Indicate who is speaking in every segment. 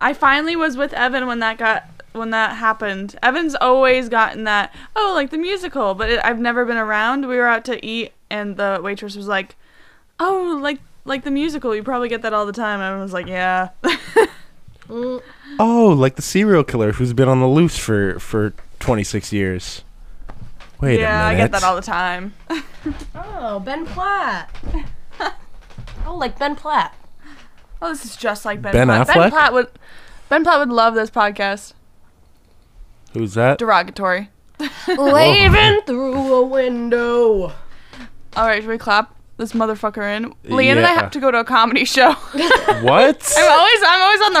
Speaker 1: I finally was with Evan when that got when that happened. Evan's always gotten that oh like the musical, but it, I've never been around. We were out to eat and the waitress was like, "Oh, like like the musical. You probably get that all the time." I was like, "Yeah."
Speaker 2: Oh, like the serial killer who's been on the loose for for 26 years. Wait
Speaker 1: yeah,
Speaker 2: a
Speaker 1: I
Speaker 2: minute.
Speaker 1: get that all the time.
Speaker 3: Oh, Ben Platt. oh, like Ben Platt.
Speaker 1: Oh, this is just like Ben,
Speaker 2: Ben
Speaker 1: Platt.
Speaker 2: Affleck?
Speaker 1: Ben Platt would Ben Platt would love this podcast.
Speaker 2: Who's that?
Speaker 1: Derogatory.
Speaker 3: Waving through a window.
Speaker 1: All right, should we clap this motherfucker in? Leanne and I
Speaker 2: Yeah.
Speaker 1: have to go to a comedy show. I'm
Speaker 2: what?
Speaker 1: always I'm always on the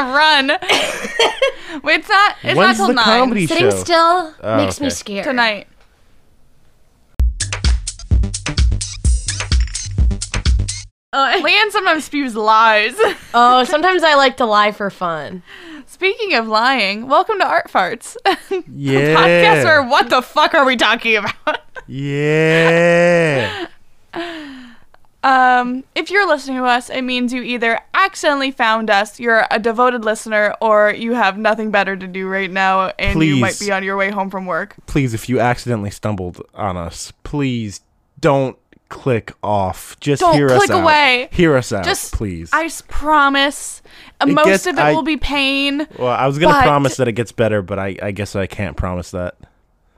Speaker 1: run. Wait, it's not it's not
Speaker 2: When's
Speaker 1: till
Speaker 2: the
Speaker 1: nine
Speaker 2: comedy
Speaker 3: Sitting
Speaker 2: show?
Speaker 3: still
Speaker 2: Oh,
Speaker 3: makes me
Speaker 2: okay.
Speaker 3: scared.
Speaker 1: tonight.
Speaker 3: Oh,
Speaker 1: Leanne sometimes spews lies.
Speaker 3: oh, sometimes I like to lie for fun.
Speaker 1: Speaking of lying, welcome to Art Farts.
Speaker 2: yeah.
Speaker 1: Podcast where what the fuck are we talking about?
Speaker 2: Yeah.
Speaker 1: Um, if you're listening to us, it means you either accidentally found us, you're a devoted listener, or you have nothing better to do right now and you might
Speaker 2: Please. Uh,
Speaker 1: be on your way home from work.
Speaker 2: please, if you accidentally stumbled on us, please don't click off. Just
Speaker 1: Don't
Speaker 2: hear us
Speaker 1: click
Speaker 2: out.
Speaker 1: away.
Speaker 2: Hear us out,
Speaker 1: Just
Speaker 2: please.
Speaker 1: I s- promise. uh,
Speaker 2: It
Speaker 1: Most
Speaker 2: gets-
Speaker 1: of it
Speaker 2: I-
Speaker 1: will be pain.
Speaker 2: well, I was gonna
Speaker 1: but-
Speaker 2: promise that it gets better, but I, I guess I can't promise that.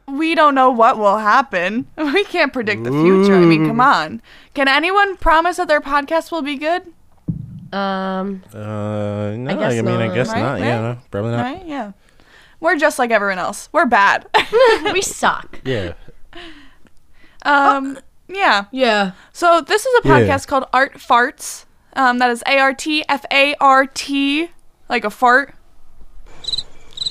Speaker 1: We don't know what will happen. We can't predict the future. I mean, come on. Can anyone promise that their podcast will be good?
Speaker 3: Um,
Speaker 2: Uh, no, I,
Speaker 3: guess
Speaker 2: mean, I
Speaker 3: not.
Speaker 2: guess
Speaker 1: Right,
Speaker 2: not. Yeah,
Speaker 1: right?
Speaker 2: no, probably not.
Speaker 1: Right? Yeah. We're just like everyone else. We're bad.
Speaker 3: we suck.
Speaker 2: Yeah.
Speaker 1: um, yeah.
Speaker 3: Yeah.
Speaker 1: So this is a
Speaker 2: Yeah.
Speaker 1: podcast called Art Farts. Um, that is A R T F A R T, like a fart.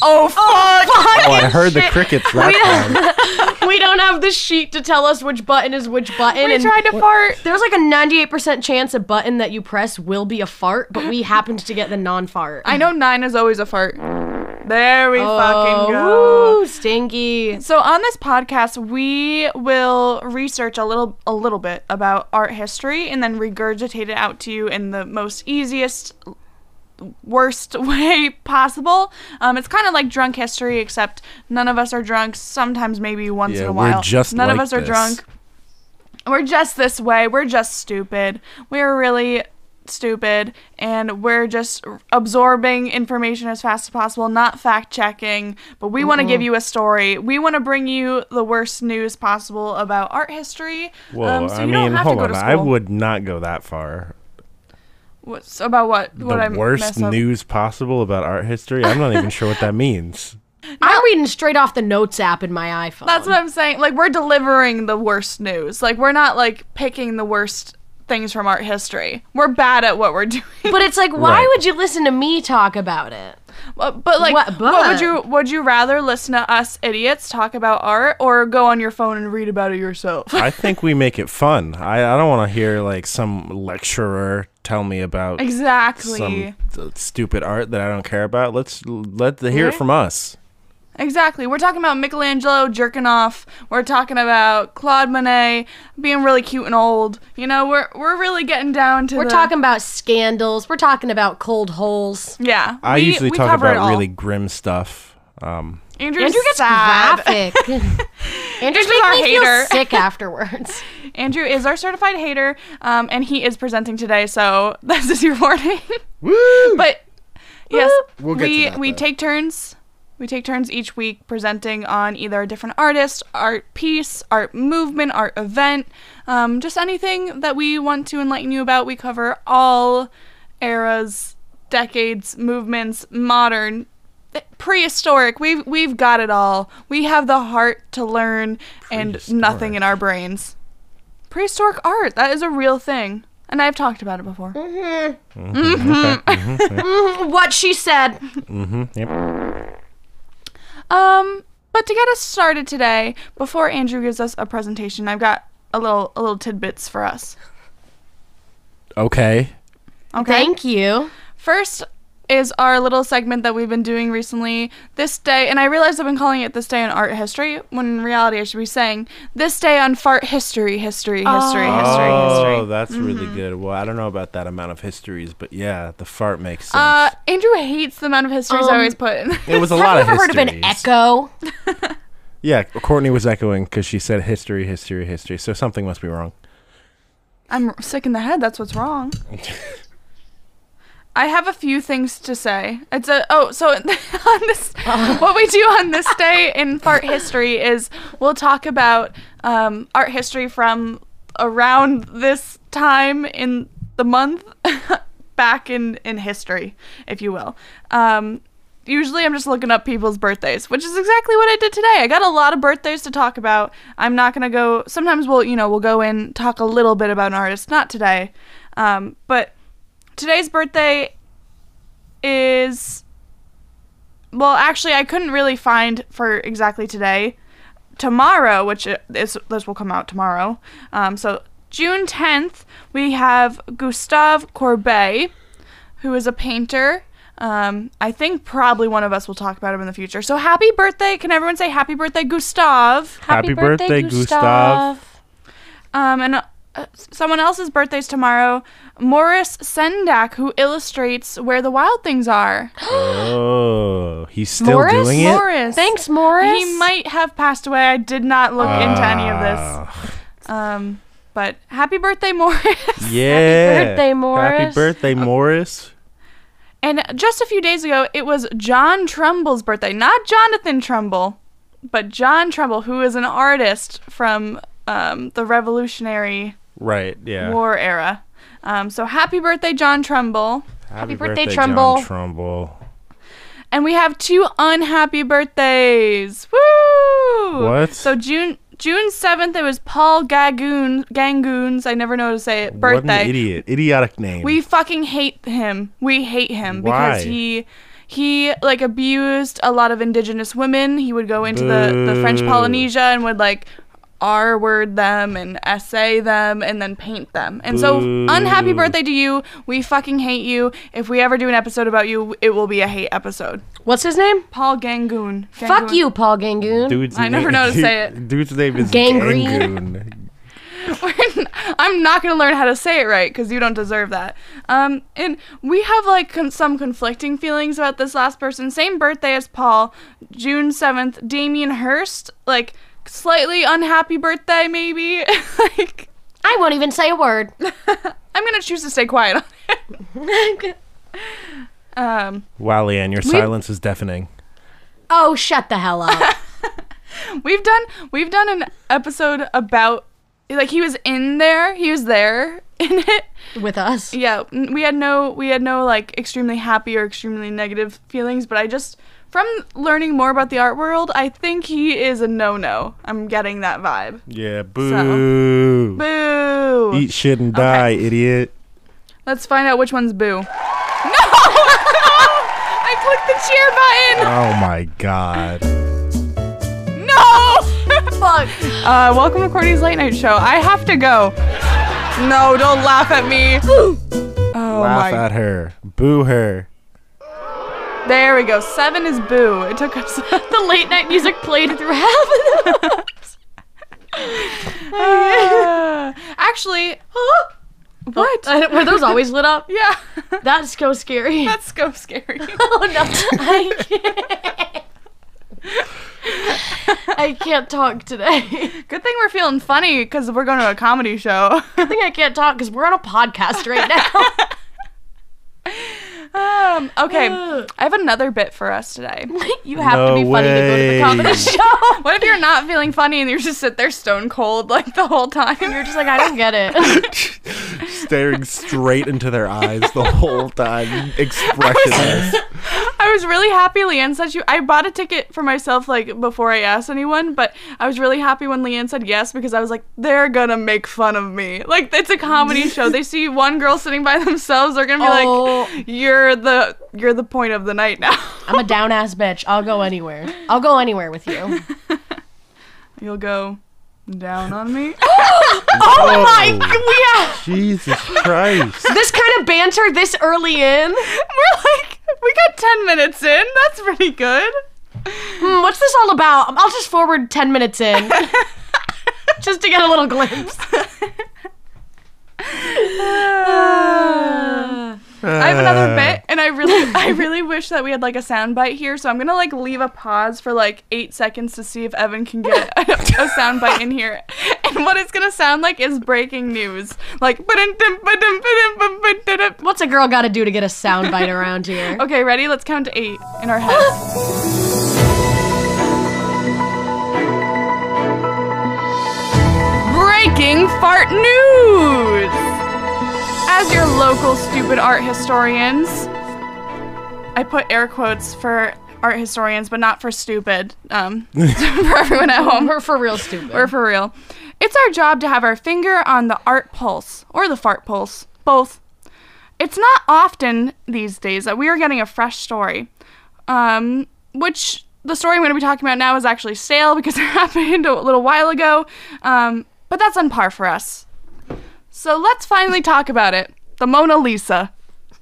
Speaker 1: Oh fuck!
Speaker 2: Oh, I heard the crickets that time.
Speaker 3: we don't have the sheet to tell us which button is which button.
Speaker 1: we
Speaker 3: and
Speaker 1: tried to fart.
Speaker 3: there's like a 98% chance a button that you press will be a fart, but we happened to get the non-fart.
Speaker 1: I know nine is always a fart. There we fucking go.
Speaker 3: Oh, woo, stinky.
Speaker 1: So on this podcast, we will research a little a little bit about art history and then regurgitate it out to you in the most easiest worst way possible. Um, it's kind of like drunk history, except none of us are drunk. Sometimes maybe once
Speaker 2: Yeah,
Speaker 1: in a
Speaker 2: we're
Speaker 1: while.
Speaker 2: just
Speaker 1: none of
Speaker 2: like
Speaker 1: us are
Speaker 2: this.
Speaker 1: drunk. We're just this way. We're just stupid. We're really stupid and we're just absorbing information as fast as possible not fact checking but we want to give you a story we want to bring you the worst news possible about art history
Speaker 2: Whoa,
Speaker 1: Um, so
Speaker 2: I
Speaker 1: you
Speaker 2: mean,
Speaker 1: don't have to
Speaker 2: hold
Speaker 1: go
Speaker 2: on.
Speaker 1: to school
Speaker 2: I would not go that far.
Speaker 1: What's, about what what
Speaker 2: the
Speaker 1: I
Speaker 2: worst
Speaker 1: mess up.
Speaker 2: news possible about art history. I'm not even sure what that means.
Speaker 3: I'm reading straight off the notes app in my iPhone.
Speaker 1: That's what I'm saying. Like we're delivering the worst news. Like we're not like picking the worst things from art history. We're bad at what we're doing.
Speaker 3: but it's like, why
Speaker 2: Right.
Speaker 3: would you listen to me talk about it?
Speaker 1: Uh, But, but, like,
Speaker 3: What-
Speaker 1: what,
Speaker 3: but-
Speaker 1: would you would you rather listen to us idiots talk about art or go on your phone and read about it yourself?
Speaker 2: I think we make it fun. I, I don't want to hear like some lecturer tell me about
Speaker 1: exactly.
Speaker 2: some th- stupid art that I don't care about. Let's l- let the, hear it from us.
Speaker 1: Exactly. We're talking about Michelangelo jerking off. We're talking about Claude Monet being really cute and old. You know, we're we're really getting down to
Speaker 3: We're
Speaker 1: the-
Speaker 3: talking about scandals. We're talking about cold holes.
Speaker 1: Yeah.
Speaker 2: I
Speaker 1: we-
Speaker 2: usually
Speaker 1: we
Speaker 2: talk
Speaker 1: cover it
Speaker 2: about
Speaker 1: all.
Speaker 2: really grim stuff. Um,
Speaker 1: Andrew's
Speaker 3: Andrew gets
Speaker 1: sad.
Speaker 3: graphic. Andrew's making
Speaker 1: our
Speaker 3: me
Speaker 1: hater.
Speaker 3: feel sick afterwards.
Speaker 1: Andrew is our certified hater, um, and he is presenting today, so this is your warning.
Speaker 4: Woo!
Speaker 1: but yes,
Speaker 4: We'll get to
Speaker 1: we
Speaker 4: that,
Speaker 1: we
Speaker 4: though.
Speaker 1: take turns. We take turns each week presenting on either a different artist, art piece, art movement, art event, um, just anything that we want to enlighten you about. We cover all eras, decades, movements, modern, eh, prehistoric. We've we've got it all. We have the heart to learn and nothing in our brains. Prehistoric art, that is a real thing. And I've talked about it before. Hmm.
Speaker 2: Mm-hmm.
Speaker 3: What she said.
Speaker 1: Um, but to get us started today, before Andrew gives us a presentation, I've got a little a little tidbits for us.
Speaker 2: okay.
Speaker 1: Okay.
Speaker 3: Thank you.
Speaker 1: First is our little segment that we've been doing recently. This day, and I realize I've been calling it This Day in Art History, when in reality I should be saying This Day on Fart History, History, History, History, History. Mm-hmm.
Speaker 2: Oh, that's really good. Well, I don't know about that amount of histories, but yeah, the fart makes sense.
Speaker 1: Uh, Andrew hates the amount of histories I
Speaker 3: Um,
Speaker 1: always put in.
Speaker 2: it was a
Speaker 3: Have
Speaker 2: lot
Speaker 3: you
Speaker 2: of
Speaker 3: ever
Speaker 2: histories.
Speaker 3: heard of an echo?
Speaker 2: Yeah, Courtney was echoing because she said history, history, history. So something must be wrong.
Speaker 1: I'm sick in the head. That's what's wrong. I have a few things to say. It's a oh so on this what we do on this day in fart history is we'll talk about um, art history from around this time in the month back in in history, if you will. Um, usually I'm just looking up people's birthdays, which is exactly what I did today. I got a lot of birthdays to talk about. I'm not gonna go. Sometimes we'll, you know, we'll go in talk a little bit about an artist. Not today, um, but today's birthday is. Well, actually, I couldn't really find for exactly today. Tomorrow, which i- is this will come out tomorrow, um, so June 10th, we have Gustave Courbet who is a painter. Um, I think probably one of us will talk about him in the future. So happy birthday! Can everyone say happy birthday, Gustav?
Speaker 2: Happy birthday, Gustav.
Speaker 1: Um, and uh, uh, someone else's birthday's tomorrow. Morris Sendak, who illustrates where the wild things are.
Speaker 2: Oh, he's still
Speaker 3: Morris?
Speaker 2: doing it.
Speaker 1: Morris,
Speaker 3: Thanks, Morris.
Speaker 1: He might have passed away. I did not look into any of this.
Speaker 2: Ah,
Speaker 1: Um, but happy birthday, Morris.
Speaker 2: Yeah.
Speaker 3: birthday,
Speaker 2: Happy
Speaker 3: Morris. Uh,
Speaker 2: birthday, Morris.
Speaker 1: And just a few days ago, it was John Trumbull's birthday. Not Jonathan Trumbull, but John Trumbull, who is an artist from um, the Revolutionary
Speaker 2: Right. Yeah.
Speaker 1: War era. Um, so happy birthday, John Trumbull.
Speaker 2: Happy
Speaker 3: birthday,
Speaker 2: John
Speaker 3: Trumbull.
Speaker 2: Trumbull.
Speaker 1: And we have two unhappy birthdays. Woo!
Speaker 2: What?
Speaker 1: So June June 7th, it was Paul Gagoon, Gangoons, I never know how to say it, birthday.
Speaker 2: What an idiot! Idiotic name.
Speaker 1: We fucking hate him. We hate him because
Speaker 2: Why?
Speaker 1: he he like abused a lot of indigenous women. He would go into the, the French
Speaker 2: Boo.
Speaker 1: Polynesia and would like R word them and essay them and then paint them. And so
Speaker 2: Boo.
Speaker 1: unhappy birthday to you. We fucking hate you. If we ever do an episode about you, it will be a hate episode.
Speaker 3: What's his name?
Speaker 1: Paul Gangoon.
Speaker 3: Fuck
Speaker 1: Gangoon.
Speaker 3: you, Paul Gangoon.
Speaker 2: Dude's
Speaker 1: I never
Speaker 2: na-
Speaker 1: know how to say it.
Speaker 2: Dude's name is
Speaker 3: Gangrene.
Speaker 2: Gangoon.
Speaker 1: I'm not gonna learn how to say it right because you don't deserve that. Um, and we have like con- some conflicting feelings about this last person. Same birthday as Paul, June seventh. Damien Hurst, like slightly unhappy birthday, maybe. like
Speaker 3: I won't even say a word.
Speaker 1: I'm gonna choose to stay quiet on it. Um,
Speaker 2: Wow, Leanne, your silence is deafening.
Speaker 3: oh, shut the hell up.
Speaker 1: we've done we've done an episode about like he was in there, he was there in it.
Speaker 3: With us.
Speaker 1: yeah n- we had no we had no like extremely happy or extremely negative feelings but i just from learning more about the art world i think he is a no-no i'm getting that vibe
Speaker 2: Yeah. Boo.
Speaker 1: boo
Speaker 2: Eat shit and die, idiot.
Speaker 1: let's find out which one's boo no i clicked the cheer button
Speaker 2: Oh my god.
Speaker 1: no fuck uh, welcome to courtney's late night show i have to go no don't laugh at me oh
Speaker 2: Laugh
Speaker 1: my
Speaker 2: at her. Boo her.
Speaker 1: there we go seven is boo it took us
Speaker 3: The late night music played through half of them.
Speaker 1: Uh, actually, Oh, what?
Speaker 3: Uh, Were those always lit up?
Speaker 1: yeah,
Speaker 3: That's so scary.
Speaker 1: that's so scary.
Speaker 3: oh no, I can't. I can't talk today. I
Speaker 1: Good thing we're feeling funny because we're going to a comedy show.
Speaker 3: think I can't talk because we're on a podcast right now.
Speaker 1: um, okay, I have another bit for us today.
Speaker 3: you have to be
Speaker 2: No
Speaker 3: funny to go to the comedy
Speaker 2: way.
Speaker 3: show.
Speaker 1: What if you're not feeling funny and you just sit there stone cold like the whole time? You're just
Speaker 3: Like I don't get it.
Speaker 2: Staring straight into their eyes the whole time. Expressionless.
Speaker 1: I was really happy Leanne said you. I bought a ticket for myself like before I asked anyone, but I was really happy when Leanne said yes because I was like, they're gonna make fun of me. Like it's a comedy show. They see one girl sitting by themselves, they're gonna be
Speaker 3: Oh.
Speaker 1: like, you're the you're the point of the night now.
Speaker 3: I'm a down ass bitch. I'll go anywhere. I'll go anywhere with you.
Speaker 1: You'll go down on me.
Speaker 2: oh
Speaker 3: yeah.
Speaker 2: Jesus Christ.
Speaker 3: This kind of banter this early
Speaker 1: We're
Speaker 3: in.
Speaker 1: like, We got 10 minutes in. That's pretty good.
Speaker 3: Hmm, what's this all about? I'll just forward 10 minutes in just to get a little glimpse.
Speaker 1: I have
Speaker 2: Uh.
Speaker 1: another bit and I really I really wish that we had like a sound bite here, so I'm going to like leave a pause for like 8 seconds to see if Evan can get a, a sound bite in here. And what it's going to sound like is breaking news. Like
Speaker 3: What's a girl got to do to get a soundbite around here?
Speaker 1: Okay, ready? Let's count to 8 in our heads. Breaking fart news! As your local stupid art historians, I put air quotes for art historians, but not for stupid. Um, for everyone at home,
Speaker 3: We're for real stupid.
Speaker 1: or for real. It's our job to have our finger on the art pulse or the fart pulse, both. It's not often these days that we are getting a fresh story, um, which the story I'm going to be talking about now is actually stale because it happened a little while ago, um, but that's on par for us. So let's finally talk about it the Mona Lisa.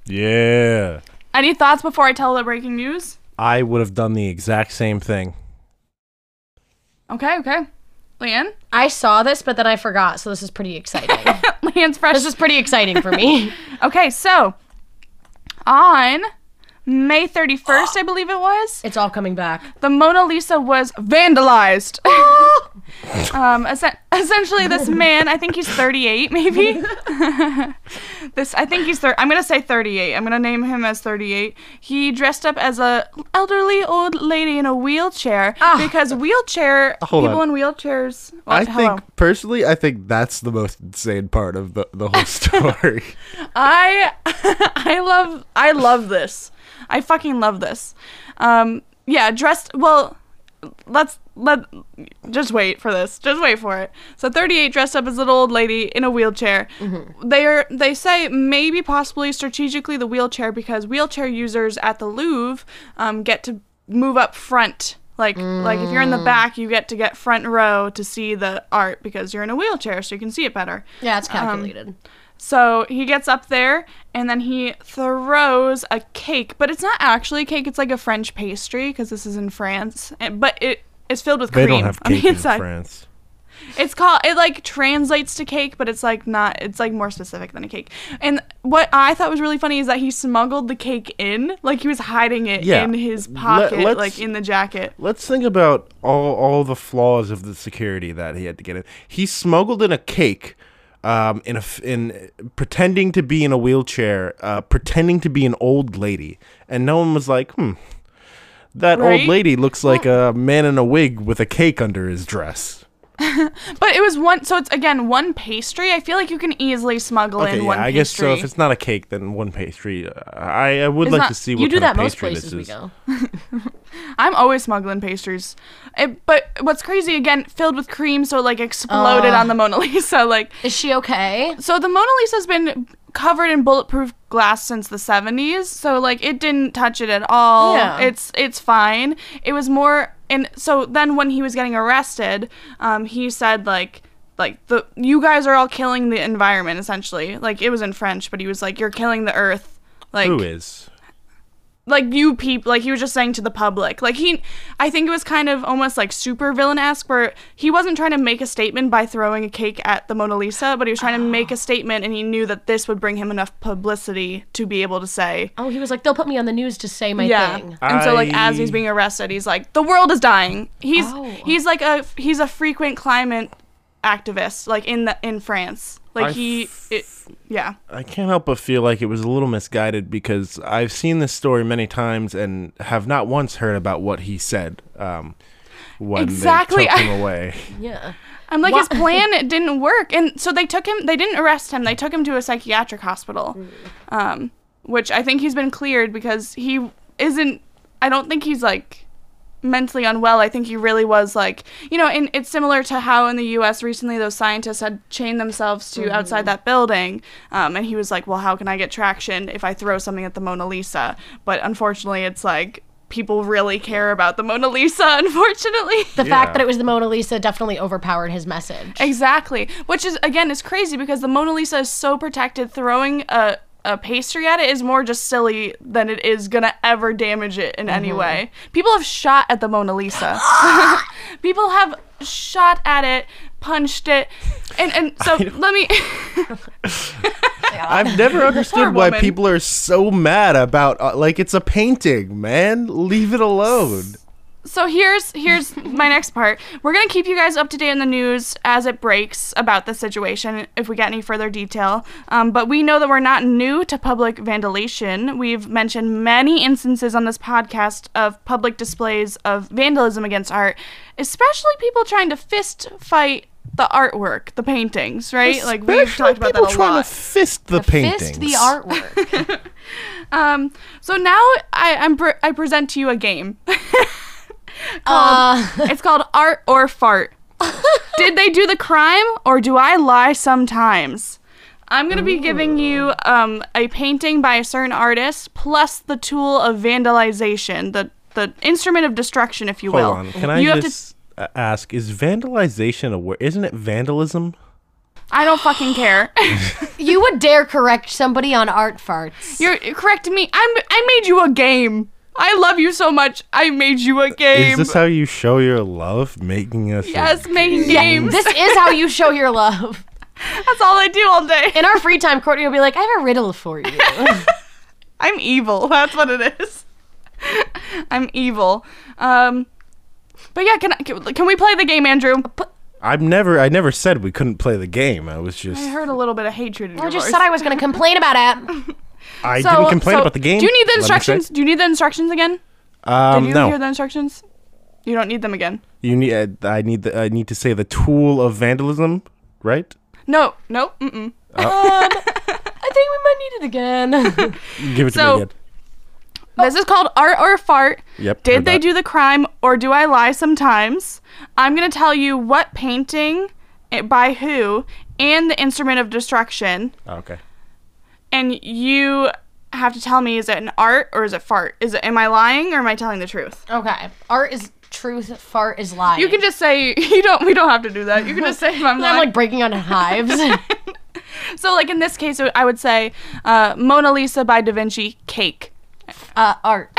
Speaker 2: Yeah.
Speaker 1: Any thoughts before I tell the breaking news?
Speaker 2: I would have done the exact same thing.
Speaker 1: Okay, okay. Leanne?
Speaker 3: I saw this, but then I forgot, so this is pretty exciting.
Speaker 1: Leanne's fresh.
Speaker 3: this is pretty exciting for me.
Speaker 1: Okay, so on May 31st, I believe it was,
Speaker 3: It's all coming back.
Speaker 1: the Mona Lisa was vandalized. um, essen- essentially, this man, I think he's 38, maybe. this, I think he's. Thir- I'm gonna say 38. I'm gonna name him as 38. He dressed up as a elderly old lady in a wheelchair because wheelchair
Speaker 2: Ah. Hold
Speaker 1: people
Speaker 2: on.
Speaker 1: in wheelchairs. Well,
Speaker 2: I
Speaker 1: hello.
Speaker 2: think personally, I think that's the most insane part of the, the whole story.
Speaker 1: I I love I love this. I fucking love this. Um yeah, dressed well let's let just wait for this. Just wait for it. So 38 dressed up as a little old lady in a wheelchair. They are they say maybe possibly strategically the wheelchair because wheelchair users at the Louvre um, get to move up front. Like like if you're in the back, you get to get front row to see the art because you're in a wheelchair so you can see it better.
Speaker 3: Yeah, it's calculated.
Speaker 1: So he gets up there and then he throws a cake, but it's not actually a cake. It's like a French pastry because this is in France, and, but it is filled with
Speaker 2: they
Speaker 1: cream
Speaker 2: don't have
Speaker 1: on
Speaker 2: cake
Speaker 1: the
Speaker 2: in
Speaker 1: inside.
Speaker 2: France.
Speaker 1: It's called it like translates to cake, but it's like not. It's like more specific than a cake. And what I thought was really funny is that he smuggled the cake in, like he was hiding it
Speaker 2: Yeah.
Speaker 1: in his
Speaker 2: Let-
Speaker 1: pocket,
Speaker 2: let's-
Speaker 1: like in the jacket.
Speaker 2: Let's think about all all the flaws of the security that he had to get in. He smuggled in a cake, um, in a f- in pretending to be in a wheelchair, uh, pretending to be an old lady, and no one was like, hmm. That
Speaker 1: Right?
Speaker 2: old lady looks like a man in a wig with a cake under his dress.
Speaker 1: But it was one. So it's again one pastry. I feel like you can easily smuggle in one.
Speaker 2: I guess so.
Speaker 1: pastry.
Speaker 2: If it's not a cake, then one pastry. Uh, I, I would
Speaker 3: It's
Speaker 2: like
Speaker 3: not-
Speaker 2: to see what
Speaker 3: you do
Speaker 2: kind
Speaker 3: that
Speaker 2: of
Speaker 3: most
Speaker 2: pastry
Speaker 3: places
Speaker 2: this
Speaker 3: we
Speaker 2: is.
Speaker 3: go.
Speaker 1: I'm always smuggling pastries. It, but what's crazy again, filled with cream, so it like exploded on the Mona Lisa. Like,
Speaker 3: Is she okay?
Speaker 1: so the Mona Lisa's been covered in bulletproof glass since the 70s, so like it didn't touch it at all.
Speaker 3: Yeah.
Speaker 1: It's it's fine. It was more, and so then when he was getting arrested, um, he said like. Like the you guys are all killing the environment essentially. Like it was in French, but he was like, "You're killing the earth." Like
Speaker 2: Who is?
Speaker 1: like you people like he was just saying to the public like he i think it was kind of almost like super villain-esque where he wasn't trying to make a statement by throwing a cake at the mona lisa but he was trying to make a statement and he knew that this would bring him enough publicity to be able to say
Speaker 3: Oh, he was like, they'll put me on the news to say my
Speaker 1: yeah
Speaker 3: thing.
Speaker 1: and so like as he's
Speaker 2: I-
Speaker 1: being arrested he's like the world is dying he's
Speaker 3: Oh.
Speaker 1: he's like a he's a frequent climate activist like in the in france like
Speaker 2: I
Speaker 1: he
Speaker 2: f-
Speaker 1: it, yeah
Speaker 2: I can't help but feel like it was a little misguided because I've seen this story many times and have not once heard about what he said um, when
Speaker 1: Exactly,
Speaker 2: they took
Speaker 1: I-
Speaker 2: him away.
Speaker 3: Yeah.
Speaker 1: I'm like,
Speaker 3: Wha-
Speaker 1: his plan it didn't work. And so they took him, they didn't arrest him. They took him to a psychiatric hospital, um, which I think he's been cleared because he isn't, I don't think he's like mentally unwell. I think he really was like, you know, and it's similar to how in the US recently those scientists had chained themselves to outside that building. Um, and he was like, well, how can I get traction if I throw something at the Mona Lisa? But unfortunately, it's like, people really care about the Mona Lisa, unfortunately.
Speaker 3: The
Speaker 2: Yeah.
Speaker 3: fact that it was the Mona Lisa definitely overpowered his message.
Speaker 1: Exactly, which is again is crazy because the Mona Lisa is so protected. Throwing a a pastry at it is more just silly than it is gonna ever damage it in any way. People have shot at the Mona Lisa. People have shot at it, punched it, and and so let me.
Speaker 5: I've never understood why
Speaker 1: woman.
Speaker 5: people are so mad about uh, like it's a painting, man. Leave it alone.
Speaker 1: so here's here's my next part. We're gonna keep you guys up to date in the news as it breaks about the situation if we get any further detail. Um, but we know that we're not new to public vandalization. We've mentioned many instances on this podcast of public displays of vandalism against art, especially people trying to fist fight the artwork, the paintings, right? like we've
Speaker 5: Especially
Speaker 1: talked about that
Speaker 5: people
Speaker 1: a
Speaker 5: trying
Speaker 1: lot.
Speaker 5: to fist the, paintings.
Speaker 3: Fist the artwork.
Speaker 1: um, so now I I'm pre- I present to you a game. Um,
Speaker 3: uh,
Speaker 1: It's called Art or Fart. Did they do the crime or do I lie sometimes? I'm going to be giving you um, a painting by a certain artist plus the tool of vandalization, the the instrument of destruction, if you
Speaker 5: Hold
Speaker 1: will.
Speaker 5: on. Can I
Speaker 1: you have to.
Speaker 5: just uh ask? Is vandalization a word? Isn't it vandalism?
Speaker 1: I don't fucking care.
Speaker 3: you would dare correct somebody on art farts.
Speaker 1: You're correct me. I'm. I made you a game. I love you so much. I made you a game.
Speaker 5: Is this how you show your love? Making us. a-
Speaker 1: yes, making games.
Speaker 3: This is how you show your love.
Speaker 1: That's all I do all day.
Speaker 3: In our free time, Courtney will be like, I have a riddle for you.
Speaker 1: I'm evil. That's what it is. I'm evil. Um, but yeah, can I, can can we play the game, Andrew?
Speaker 5: I've never. I never said we couldn't play the game. I was just.
Speaker 1: I
Speaker 5: I,
Speaker 1: heard a little bit of hatred in your
Speaker 3: I just
Speaker 1: voice.
Speaker 3: said I was going to complain about it.
Speaker 5: didn't complain about the game.
Speaker 1: Do you
Speaker 5: let me
Speaker 1: need the
Speaker 5: say.
Speaker 1: instructions? Do you need the instructions again?
Speaker 5: Um,
Speaker 1: Did you
Speaker 5: no.
Speaker 1: hear the instructions? You don't need them again.
Speaker 5: You need. Uh, I need. The, I need to say the tool of vandalism, right?
Speaker 1: No, no, mm-mm.
Speaker 3: I think we might need it again.
Speaker 5: Give it
Speaker 1: So-
Speaker 5: to me again.
Speaker 1: This is called art or fart.
Speaker 5: Yep,
Speaker 1: Did
Speaker 5: heard
Speaker 1: they
Speaker 5: that.
Speaker 1: do the crime or do I lie sometimes? I'm going to tell you what painting, it- by who, and the instrument of destruction.
Speaker 5: Ah, Okay.
Speaker 1: and you have to tell me is it an art or is it fart? Is it am I lying or am I telling the truth?
Speaker 3: okay. Art is truth, fart is lie.
Speaker 1: You can just say you don't we don't have to do that. You can just say if I'm
Speaker 3: I'm
Speaker 1: lying.
Speaker 3: like breaking on hives.
Speaker 1: so like in this case I would say uh, Mona Lisa by Da Vinci cake.
Speaker 3: uh, art.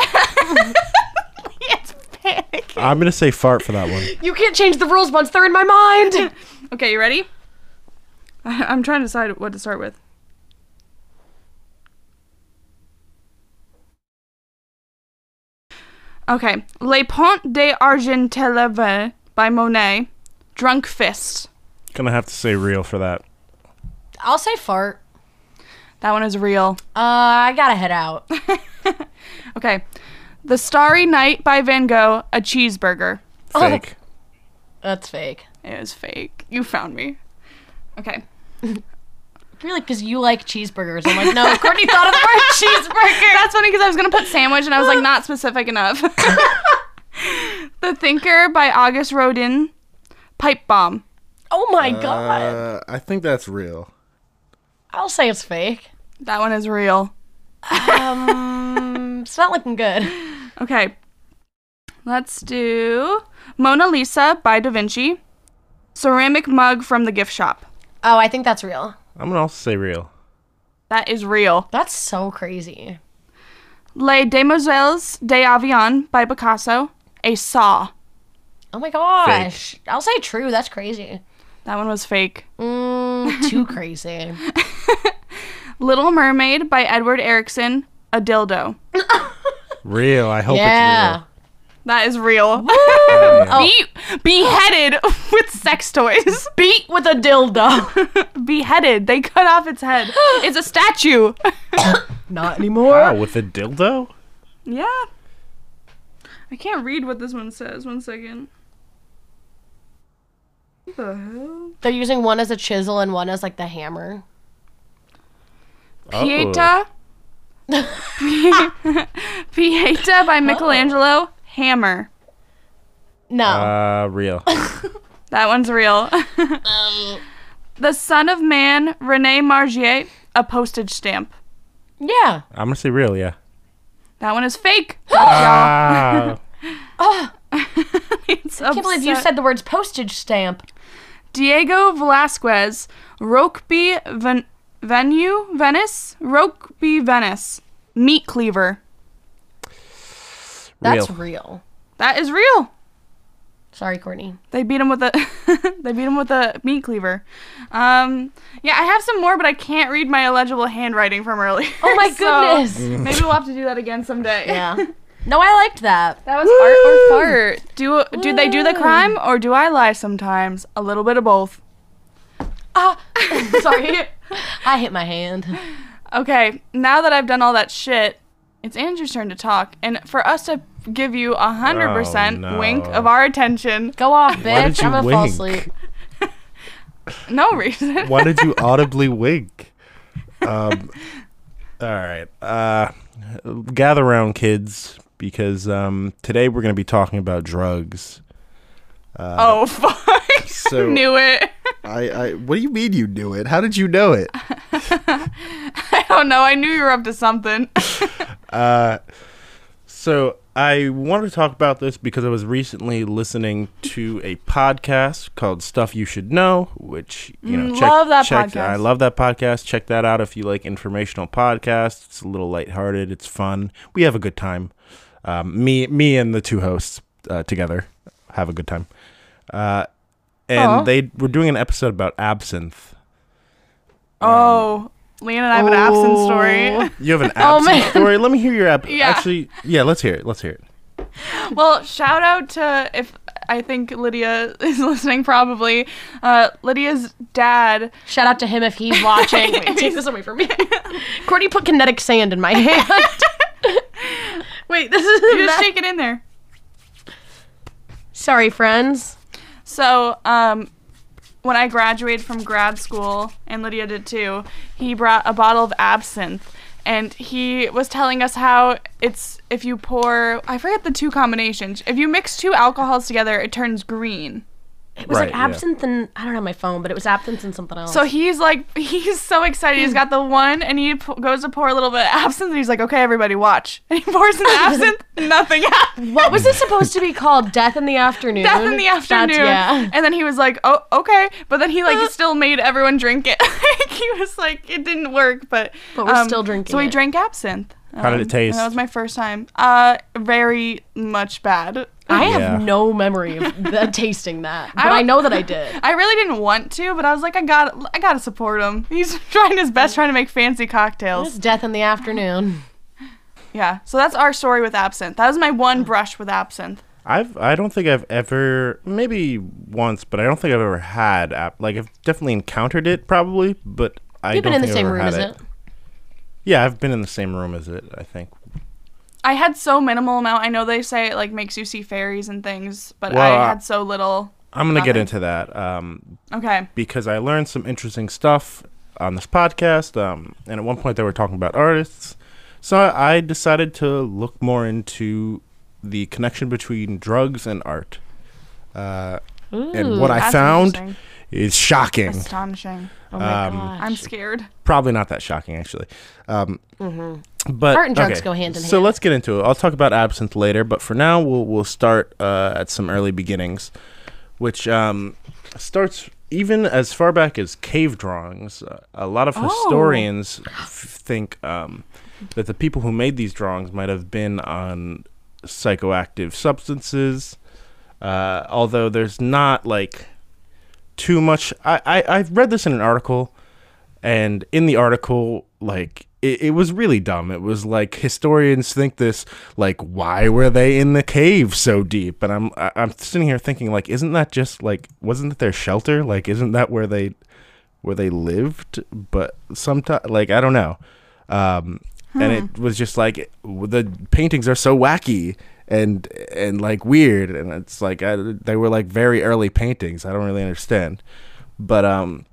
Speaker 1: It's panic.
Speaker 5: I'm gonna say fart for that one.
Speaker 3: You can't change the rules once they're in my mind.
Speaker 1: Okay, you ready? I- I'm trying to decide what to start with. Okay, Les Ponts de Argenteuil by Monet, Drunk Fist.
Speaker 5: Gonna have to say real for that.
Speaker 3: I'll say fart.
Speaker 1: That one is real.
Speaker 3: Uh, I gotta head out.
Speaker 1: Okay, The Starry Night by Van Gogh, a cheeseburger.
Speaker 5: Fake.
Speaker 3: That's fake.
Speaker 1: It was fake. You found me. Okay.
Speaker 3: Really, because you like cheeseburgers. I'm like, no, Courtney thought of the word cheeseburger.
Speaker 1: That's funny because I was gonna put sandwich and I was like not specific enough. the Thinker by August Rodin, pipe bomb.
Speaker 3: Oh my
Speaker 2: Uh,
Speaker 3: god.
Speaker 5: Uh, I think that's real.
Speaker 3: I'll say it's fake.
Speaker 1: That one is real.
Speaker 3: Um, it's not looking good.
Speaker 1: Okay, let's do Mona Lisa by Da Vinci, ceramic mug from the gift shop.
Speaker 3: Oh, I think that's real.
Speaker 5: I'm gonna also say real.
Speaker 1: That is real.
Speaker 3: That's so crazy.
Speaker 1: Les Demoiselles d'Avion by Picasso, a saw.
Speaker 3: Oh my gosh. I'll say true. That's crazy.
Speaker 1: That one was fake.
Speaker 3: Mm, too crazy.
Speaker 1: Little Mermaid by Edward Erickson, a dildo.
Speaker 5: Real. I hope
Speaker 3: yeah.
Speaker 1: That is real.
Speaker 5: it's real.
Speaker 1: Be- beheaded with sex toys.
Speaker 3: Beat with a dildo.
Speaker 1: beheaded. They cut off its head. It's a statue.
Speaker 3: not anymore.
Speaker 5: Wow, Ah, with a dildo?
Speaker 1: yeah. I can't read what this one says. One second. What the hell?
Speaker 3: They're using one as a chisel and one as like the hammer.
Speaker 1: Pieta. Pieta by Michelangelo. Hammer.
Speaker 3: No.
Speaker 1: Oh.
Speaker 5: Uh, real.
Speaker 1: That one's real.
Speaker 3: Um,
Speaker 1: the Son of Man, Rene Margier, a postage stamp.
Speaker 3: yeah.
Speaker 5: I'm gonna say real. Yeah.
Speaker 1: That one is fake.
Speaker 5: Ah,
Speaker 1: It's
Speaker 3: I can't believe you said the words postage stamp.
Speaker 1: Diego Velasquez, Rokeby Van- venue, Venice, Rokeby, Venice, meat cleaver.
Speaker 3: That's
Speaker 2: Real.
Speaker 3: real.
Speaker 1: That is real.
Speaker 3: Sorry, Courtney.
Speaker 1: They beat him with a they beat him with a meat cleaver. Um, yeah, I have some more, but I can't read my illegible handwriting from earlier.
Speaker 3: Oh my
Speaker 1: so
Speaker 3: goodness.
Speaker 1: Maybe we'll have to do that again someday.
Speaker 3: Yeah. No, I liked that.
Speaker 1: That was art or fart. Do do they do the crime or do I lie sometimes? A little bit of both.
Speaker 3: Ah, Sorry. I hit my hand.
Speaker 1: Okay, now that I've done all that shit, it's Andrew's turn to talk, and for us to give you a hundred
Speaker 2: Oh,
Speaker 1: percent
Speaker 2: no.
Speaker 1: wink of our attention,
Speaker 3: Go off,
Speaker 2: did
Speaker 3: bitch.
Speaker 2: you
Speaker 3: I'm gonna fall
Speaker 2: wink?
Speaker 3: asleep.
Speaker 1: no reason.
Speaker 2: Why did you audibly wink? Um, all right. Uh, gather around, kids, because um, today we're going to be talking about drugs.
Speaker 1: oh fuck!
Speaker 6: So-
Speaker 1: Knew it.
Speaker 6: I, I, what do you mean you knew it? How did you know it?
Speaker 1: I don't know. I knew you were up to something.
Speaker 2: So I want to talk about this because I was recently listening to a podcast called Stuff You Should Know, which you know,
Speaker 1: Mm,
Speaker 2: check,
Speaker 1: love that
Speaker 2: check-
Speaker 1: podcast.
Speaker 2: I love that podcast. Check that out if you like informational podcasts. It's a little lighthearted. It's fun. We have a good time. Um, me, me, and the two hosts uh, together have a good time. Uh, and
Speaker 1: Aw.
Speaker 2: they were doing an episode about absinthe.
Speaker 1: oh, Leon and I have an absent story. Oh,
Speaker 2: You have an absinthe story. Let me hear your absinthe.
Speaker 1: Yeah.
Speaker 2: Actually, yeah, let's hear it. Let's hear it.
Speaker 1: well, shout out to if I think Lydia is listening. Probably, uh, Lydia's dad.
Speaker 3: Shout out to him if he's watching. Wait, take this away from me. Courtney put kinetic sand in my hand. Wait, this is
Speaker 1: You just
Speaker 3: mess-
Speaker 1: shake it in there.
Speaker 3: Sorry, friends.
Speaker 1: So, um, when I graduated from grad school, and Lydia did too, he brought a bottle of absinthe. And he was telling us how it's if you pour, I forget the two combinations. If you mix two alcohols together, it turns green.
Speaker 3: It was
Speaker 2: Right,
Speaker 3: like
Speaker 2: yeah.
Speaker 3: absinthe and I don't have my phone, but it was absinthe and something else.
Speaker 1: So he's like, he's so excited. He's got the one, and he p- goes to pour a little bit of absinthe. And he's like, okay, everybody, watch. And he pours an absinthe. Nothing happens.
Speaker 3: what was it supposed to be called? Death in the afternoon.
Speaker 1: Death in the
Speaker 3: That's-
Speaker 1: afternoon.
Speaker 3: yeah.
Speaker 1: And then he was like, oh, okay. But then he like still made everyone drink it. Like, he was like, it didn't work, but um,
Speaker 3: But we're still drinking
Speaker 1: So we
Speaker 3: it.
Speaker 1: drank absinthe.
Speaker 2: How did it
Speaker 1: Um,
Speaker 2: taste?
Speaker 1: and that was my first time. Uh, very much bad.
Speaker 3: I
Speaker 2: Yeah.
Speaker 3: have no memory of th- tasting that, but I, know that I did.
Speaker 1: I really didn't want to, but I was like, I got, I gotta support him. He's trying his best, trying to make fancy cocktails.
Speaker 3: It's death in the afternoon.
Speaker 1: Yeah. So that's our story with absinthe. That was my one brush with absinthe.
Speaker 2: I've I don't think I've ever maybe once, but I don't think I've ever had app like I've definitely encountered it probably, but I
Speaker 3: You've
Speaker 2: don't
Speaker 3: been in the
Speaker 2: think I've
Speaker 3: same
Speaker 2: ever
Speaker 3: room
Speaker 2: had
Speaker 3: as it.
Speaker 2: Yeah, I've been in the same room as it. I think.
Speaker 1: I had so minimal amount. I know they say it like makes you see fairies and things, but
Speaker 2: Well, uh,
Speaker 1: I
Speaker 2: I-
Speaker 1: had so little.
Speaker 2: I'm gonna get
Speaker 1: Nothing.
Speaker 2: into that um,
Speaker 1: Okay.
Speaker 2: because I learned some interesting stuff on this podcast, um, and at one point they were talking about artists, so I, I decided to look more into the connection between drugs and art. Uh, and what I
Speaker 1: That's
Speaker 2: found
Speaker 1: interesting.
Speaker 2: is shocking.
Speaker 1: astonishing.
Speaker 3: Oh my
Speaker 2: Um,
Speaker 3: gosh.
Speaker 1: I'm scared.
Speaker 2: probably not that shocking actually. Um, But
Speaker 3: Mm-hmm. Art and drugs go hand in
Speaker 2: so
Speaker 3: hand.
Speaker 2: let's get into it. I'll talk about absinthe later, but for now we'll we'll start uh, at some early beginnings, which um, starts even as far back as cave drawings. Uh, a lot
Speaker 3: Oh.
Speaker 2: of historians f- think um, that the people who made these drawings might have been on psychoactive substances, uh, although there's not like too much. I, I I've read this in an article, and in the article, like it, it was really dumb. It was like historians think this, like why were they in the cave so deep? And I'm I, I'm sitting here thinking like, isn't that just like wasn't it their shelter? Like isn't that where they where they lived? But sometimes like I don't know. Um, And it was just like w- the paintings are so wacky and and like weird, and it's like I, they were like very early paintings. I don't really understand, but um,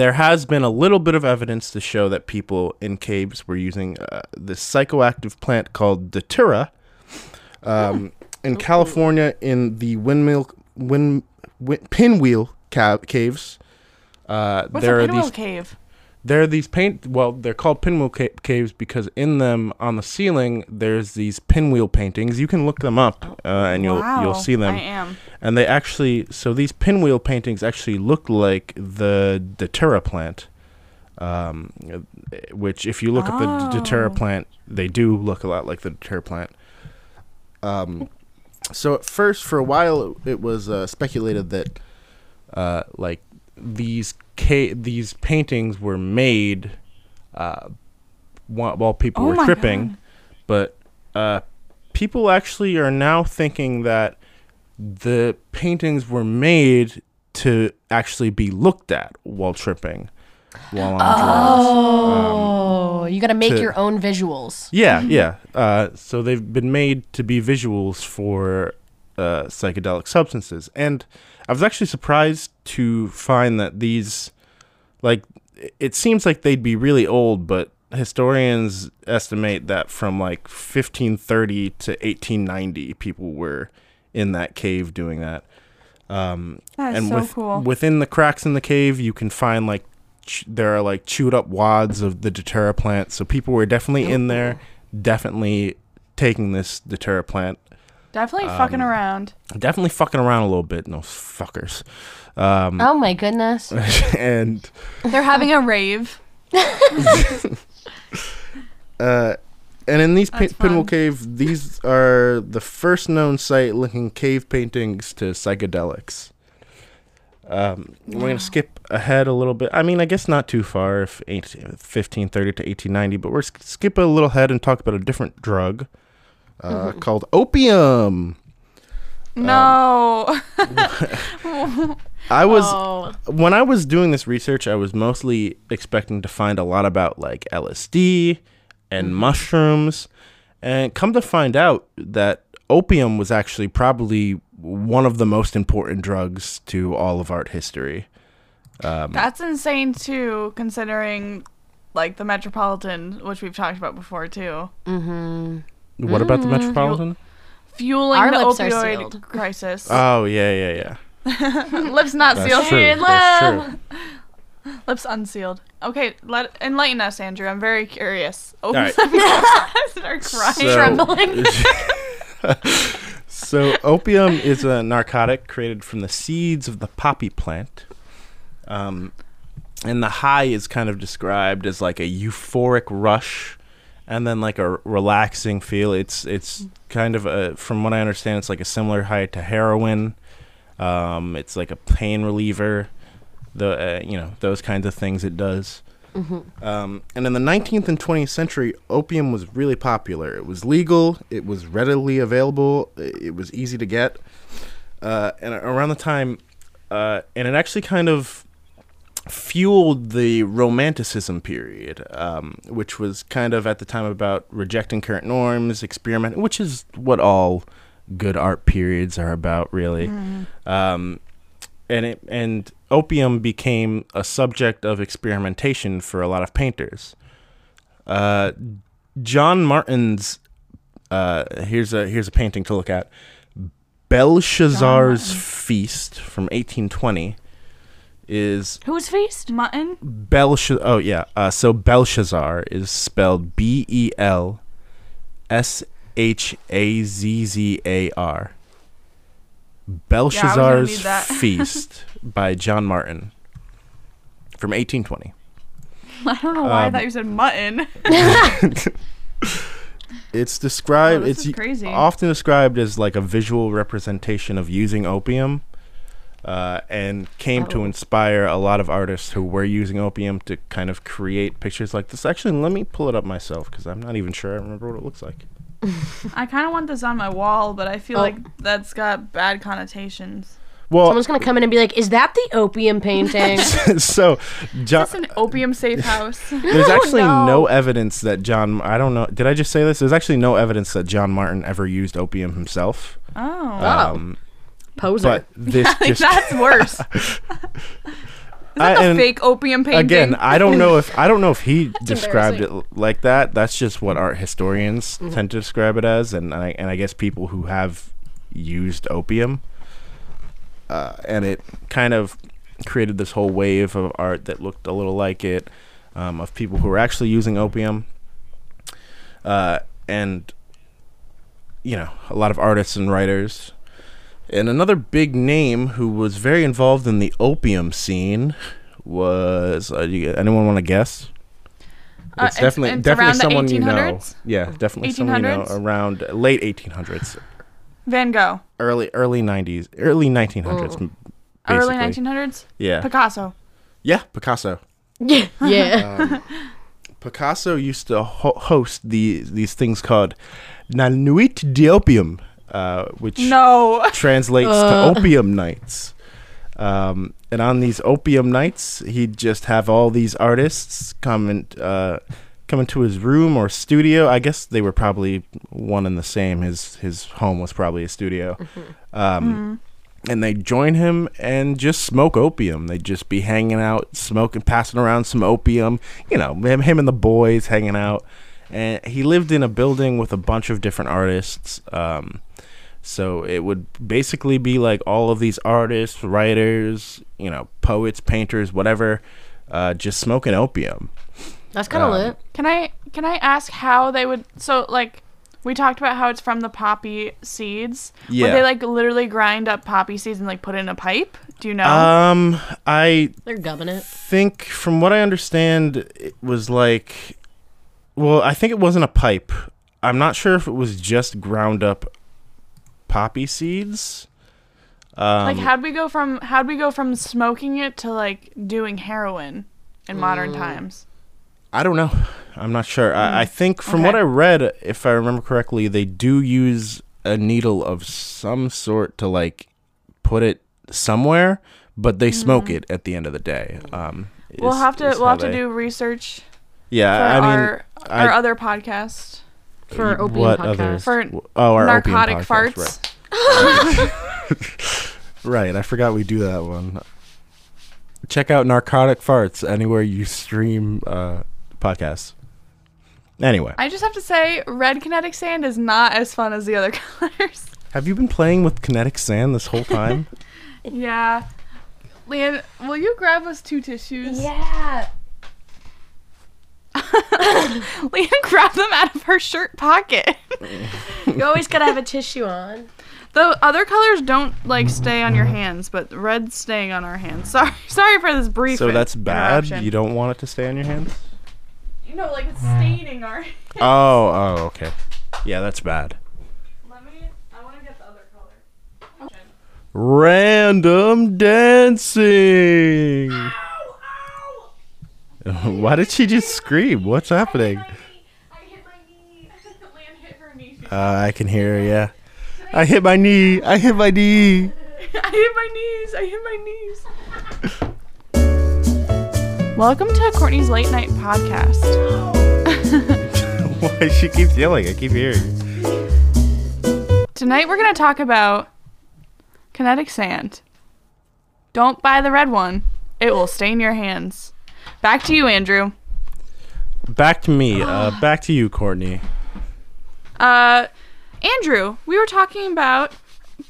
Speaker 2: there has been a little bit of evidence to show that people in caves were using uh, this psychoactive plant called datura
Speaker 1: Oh.
Speaker 2: um, in California in the windmill wind, win pinwheel ca- caves. Uh,
Speaker 1: What's
Speaker 2: there
Speaker 1: a
Speaker 2: are
Speaker 1: pinwheel
Speaker 2: these
Speaker 1: cave?
Speaker 2: there are these paint well they're called pinwheel ca- caves because in them on the ceiling there's these pinwheel paintings you can look them up uh, and you'll you'll see them
Speaker 1: I am.
Speaker 2: and they actually so these pinwheel paintings actually look like the datura plant um, which if you look at the d-
Speaker 1: Oh.
Speaker 2: Deterra plant, they do look a lot like the Deterra plant. Um, so at first, for a while, it, it was uh, speculated that uh, like these ca- these paintings were made uh, while, while people
Speaker 1: Oh
Speaker 2: were
Speaker 1: my
Speaker 2: tripping, but uh, people actually are now thinking that the paintings were made to actually be looked at while tripping, while on drugs.
Speaker 3: Oh, you gotta make
Speaker 2: to-
Speaker 3: your own visuals.
Speaker 2: Yeah, yeah. Uh, so they've been made to be visuals for uh, psychedelic substances, and I was actually surprised to find that these, like, i- it seems like they'd be really old, but historians estimate that from like 1530 to 1890, people were in that cave doing that. Um,
Speaker 1: That is
Speaker 2: and
Speaker 1: so
Speaker 2: with,
Speaker 1: cool.
Speaker 2: within the cracks in the cave, you can find like ch- there are like chewed up wads of the Deterra plant. So people were definitely in there, definitely taking this Deterra plant,
Speaker 1: Definitely
Speaker 2: um,
Speaker 1: fucking around.
Speaker 2: definitely fucking around a little bit. No fuckers. Um,
Speaker 3: Oh my goodness.
Speaker 2: and
Speaker 1: They're having a rave.
Speaker 2: uh, and in these pa-
Speaker 1: That's
Speaker 2: Pinwheel
Speaker 1: fun.
Speaker 2: Cave, these are the first known site linking cave paintings to psychedelics. Um, We're gonna skip ahead a little bit. I mean, I guess not too far, if 18, 1530 to eighteen ninety, but we're sk- skip a little ahead and talk about a different drug uh,
Speaker 1: Mm-hmm.
Speaker 2: called opium. Um,
Speaker 1: No.
Speaker 2: I was
Speaker 7: Oh.
Speaker 2: when I was doing this research, I was mostly expecting to find a lot about like LSD and mushrooms, and come to find out that opium was actually probably one of the most important drugs to all of art history. Um,
Speaker 1: That's insane too, considering like the Metropolitan, which we've talked about before too,
Speaker 2: What about the Metropolitan?
Speaker 1: fueling
Speaker 3: Our
Speaker 1: the
Speaker 3: lips are
Speaker 1: opioid
Speaker 3: sealed.
Speaker 1: crisis.
Speaker 2: Oh yeah, yeah, yeah.
Speaker 1: lips not sealed.
Speaker 2: That's true. That's true.
Speaker 1: Lips unsealed. Okay, let enlighten us, Andrew. I'm very curious. Oh, Open
Speaker 2: right.
Speaker 1: them up and start crying.
Speaker 2: trembling. so opium is a narcotic created from the seeds of the poppy plant. Um, and the high is kind of described as like a euphoric rush and then like a relaxing feel. It's it's kind of a from what I understand it's like a similar high to heroin. Um, it's like a pain reliever. The uh, you know, those kinds of things it does. Um, and in the 19th and 20th century, opium was really popular. It was legal, it was readily available, i- it was easy to get. Uh, and around the time, uh, and it actually kind of fueled the Romanticism period, um, which was kind of at the time about rejecting current norms, experimenting, which is what all good art periods are about, really. Um, and it and opium became a subject of experimentation for a lot of painters. Uh, John Martin's uh, here's a here's a painting to look at. Belshazzar's Feast from 1820 is
Speaker 7: Who's feast?
Speaker 1: Mutton.
Speaker 2: Belshazzar. Oh yeah. Uh, so Belshazzar is spelled B E L S H A Z Z A R. Belshazzar's
Speaker 1: need that.
Speaker 2: Feast by John Martin from 1820.
Speaker 1: I don't know why I thought you said mutton.
Speaker 2: It's described.
Speaker 1: Oh, this
Speaker 2: it's
Speaker 1: is
Speaker 2: u-
Speaker 1: crazy.
Speaker 2: often described as like a visual representation of using opium, uh, and came
Speaker 1: Oh.
Speaker 2: to inspire a lot of artists who were using opium to kind of create pictures like this. Actually, let me pull it up myself because I'm not even sure I remember what it looks like.
Speaker 1: I kind of want this on my wall, but I feel like that's got bad connotations.
Speaker 2: Well,
Speaker 3: Someone's gonna come in and be like, "Is that the opium painting?"
Speaker 2: so John,
Speaker 1: It's an opium safe house.
Speaker 2: there's actually no. evidence that John. I don't know. Did I just say this? There's actually no evidence that John Martin ever used opium himself.
Speaker 1: oh,
Speaker 2: Um,
Speaker 3: Poser.
Speaker 2: but this just
Speaker 1: that's worse. Is that
Speaker 2: I-
Speaker 1: a
Speaker 2: and-
Speaker 1: fake opium painting? Uh,
Speaker 2: again i don't know if i don't know if he described it l- like that that's just what art historians tend to describe it as and I, and i guess people who have used opium uh, and it kind of created this whole wave of art that looked a little like it um, of people who were actually using opium uh, and you know a lot of artists and writers and another big name who was very involved in the opium scene was. Uh, you, anyone want to guess?
Speaker 1: Uh,
Speaker 2: it's definitely
Speaker 1: it's
Speaker 2: definitely
Speaker 1: around the
Speaker 2: someone you know.
Speaker 1: 1800s?
Speaker 2: Yeah, definitely someone you know
Speaker 1: 1800s?
Speaker 2: around uh, late 1800s,
Speaker 1: Van Gogh.
Speaker 2: early early 90s, early 1900s. m- Basically.
Speaker 1: Early 1900s.
Speaker 2: Yeah.
Speaker 1: Picasso.
Speaker 2: yeah, Picasso.
Speaker 3: yeah.
Speaker 2: Picasso used to ho- host the these things called La Nuit d'Opium, uh, which
Speaker 1: No.
Speaker 2: translates to opium nights. Um, and on these opium nights, he'd just have all these artists come and uh, come into his room or studio. I guess they were probably one and the same. His his home was probably a studio. Um, And they'd join him and just smoke opium. They'd just be hanging out, smoking, passing around some opium. You know, him, him and the boys hanging out. And he lived in a building with a bunch of different artists. Um, so it would basically be like all of these artists, writers, you know, poets, painters, whatever, uh, just smoking opium.
Speaker 3: That's
Speaker 2: um,
Speaker 3: kind of lit.
Speaker 1: Can I can I ask how they would so like we talked about how it's from the poppy seeds.
Speaker 2: Yeah.
Speaker 1: Would they like literally grind up poppy seeds and like put it in a pipe? Do you know?
Speaker 2: Um, I
Speaker 3: They're gubbing it.
Speaker 2: think, from what I understand, it was like, well, I think it wasn't a pipe. I'm not sure if it was just ground up poppy seeds.
Speaker 1: like
Speaker 2: Um,
Speaker 1: how'd we go from how'd we go from smoking it to like doing heroin in modern times?
Speaker 2: I don't know. I'm not sure. I, I think from
Speaker 1: Mm. okay.
Speaker 2: what I read, if I remember correctly, they do use a needle of some sort to like put it somewhere, but they smoke it at the end of the day. Um,
Speaker 1: Mm. we'll
Speaker 2: is-
Speaker 1: have to
Speaker 2: is
Speaker 1: we'll
Speaker 2: how
Speaker 1: have to
Speaker 2: they-
Speaker 1: do research
Speaker 2: Yeah,
Speaker 1: for
Speaker 2: I mean,
Speaker 1: our
Speaker 2: I-
Speaker 1: our other podcast
Speaker 3: For opium
Speaker 2: what
Speaker 3: podcast.
Speaker 2: others?
Speaker 1: for
Speaker 2: oh, our opium
Speaker 1: narcotic
Speaker 2: podcast,
Speaker 1: farts.
Speaker 2: Right. Right, I forgot we do that one. Check out Narcotic Farts anywhere you stream uh, podcasts. Anyway,
Speaker 1: I just have to say, red kinetic sand is not as fun as the other colors.
Speaker 2: have you been playing with kinetic sand this whole time?
Speaker 1: Yeah. Leanne, will you grab us two tissues?
Speaker 3: Yeah.
Speaker 1: Leanne grabbed them out of her shirt pocket.
Speaker 3: You always gotta have a tissue on.
Speaker 1: the other colors don't like stay on your hands, but red's staying on our hands. Sorry, sorry for this brief.
Speaker 2: So that's bad.
Speaker 1: interruption.
Speaker 2: You don't want it to stay on your hands.
Speaker 1: You know, like it's staining our.
Speaker 2: Oh, oh, okay. Yeah, that's bad.
Speaker 1: Let me. I want to get the other color.
Speaker 2: Random dancing. Why did she just scream? What's happening?
Speaker 1: I hit my knee. Leanne hit her knee.
Speaker 2: Uh, I can hear her. Yeah. I hit my knee. I hit my knee.
Speaker 1: I hit my knees. I hit my knees. Welcome to Courtney's late night podcast.
Speaker 2: Why she keeps yelling? I keep hearing.
Speaker 1: Tonight we're going to talk about kinetic sand. Don't buy the red one. It will stain your hands. Back to you, Andrew.
Speaker 2: Back to me. Uh, back to you, Courtney.
Speaker 1: Uh Andrew, we were talking about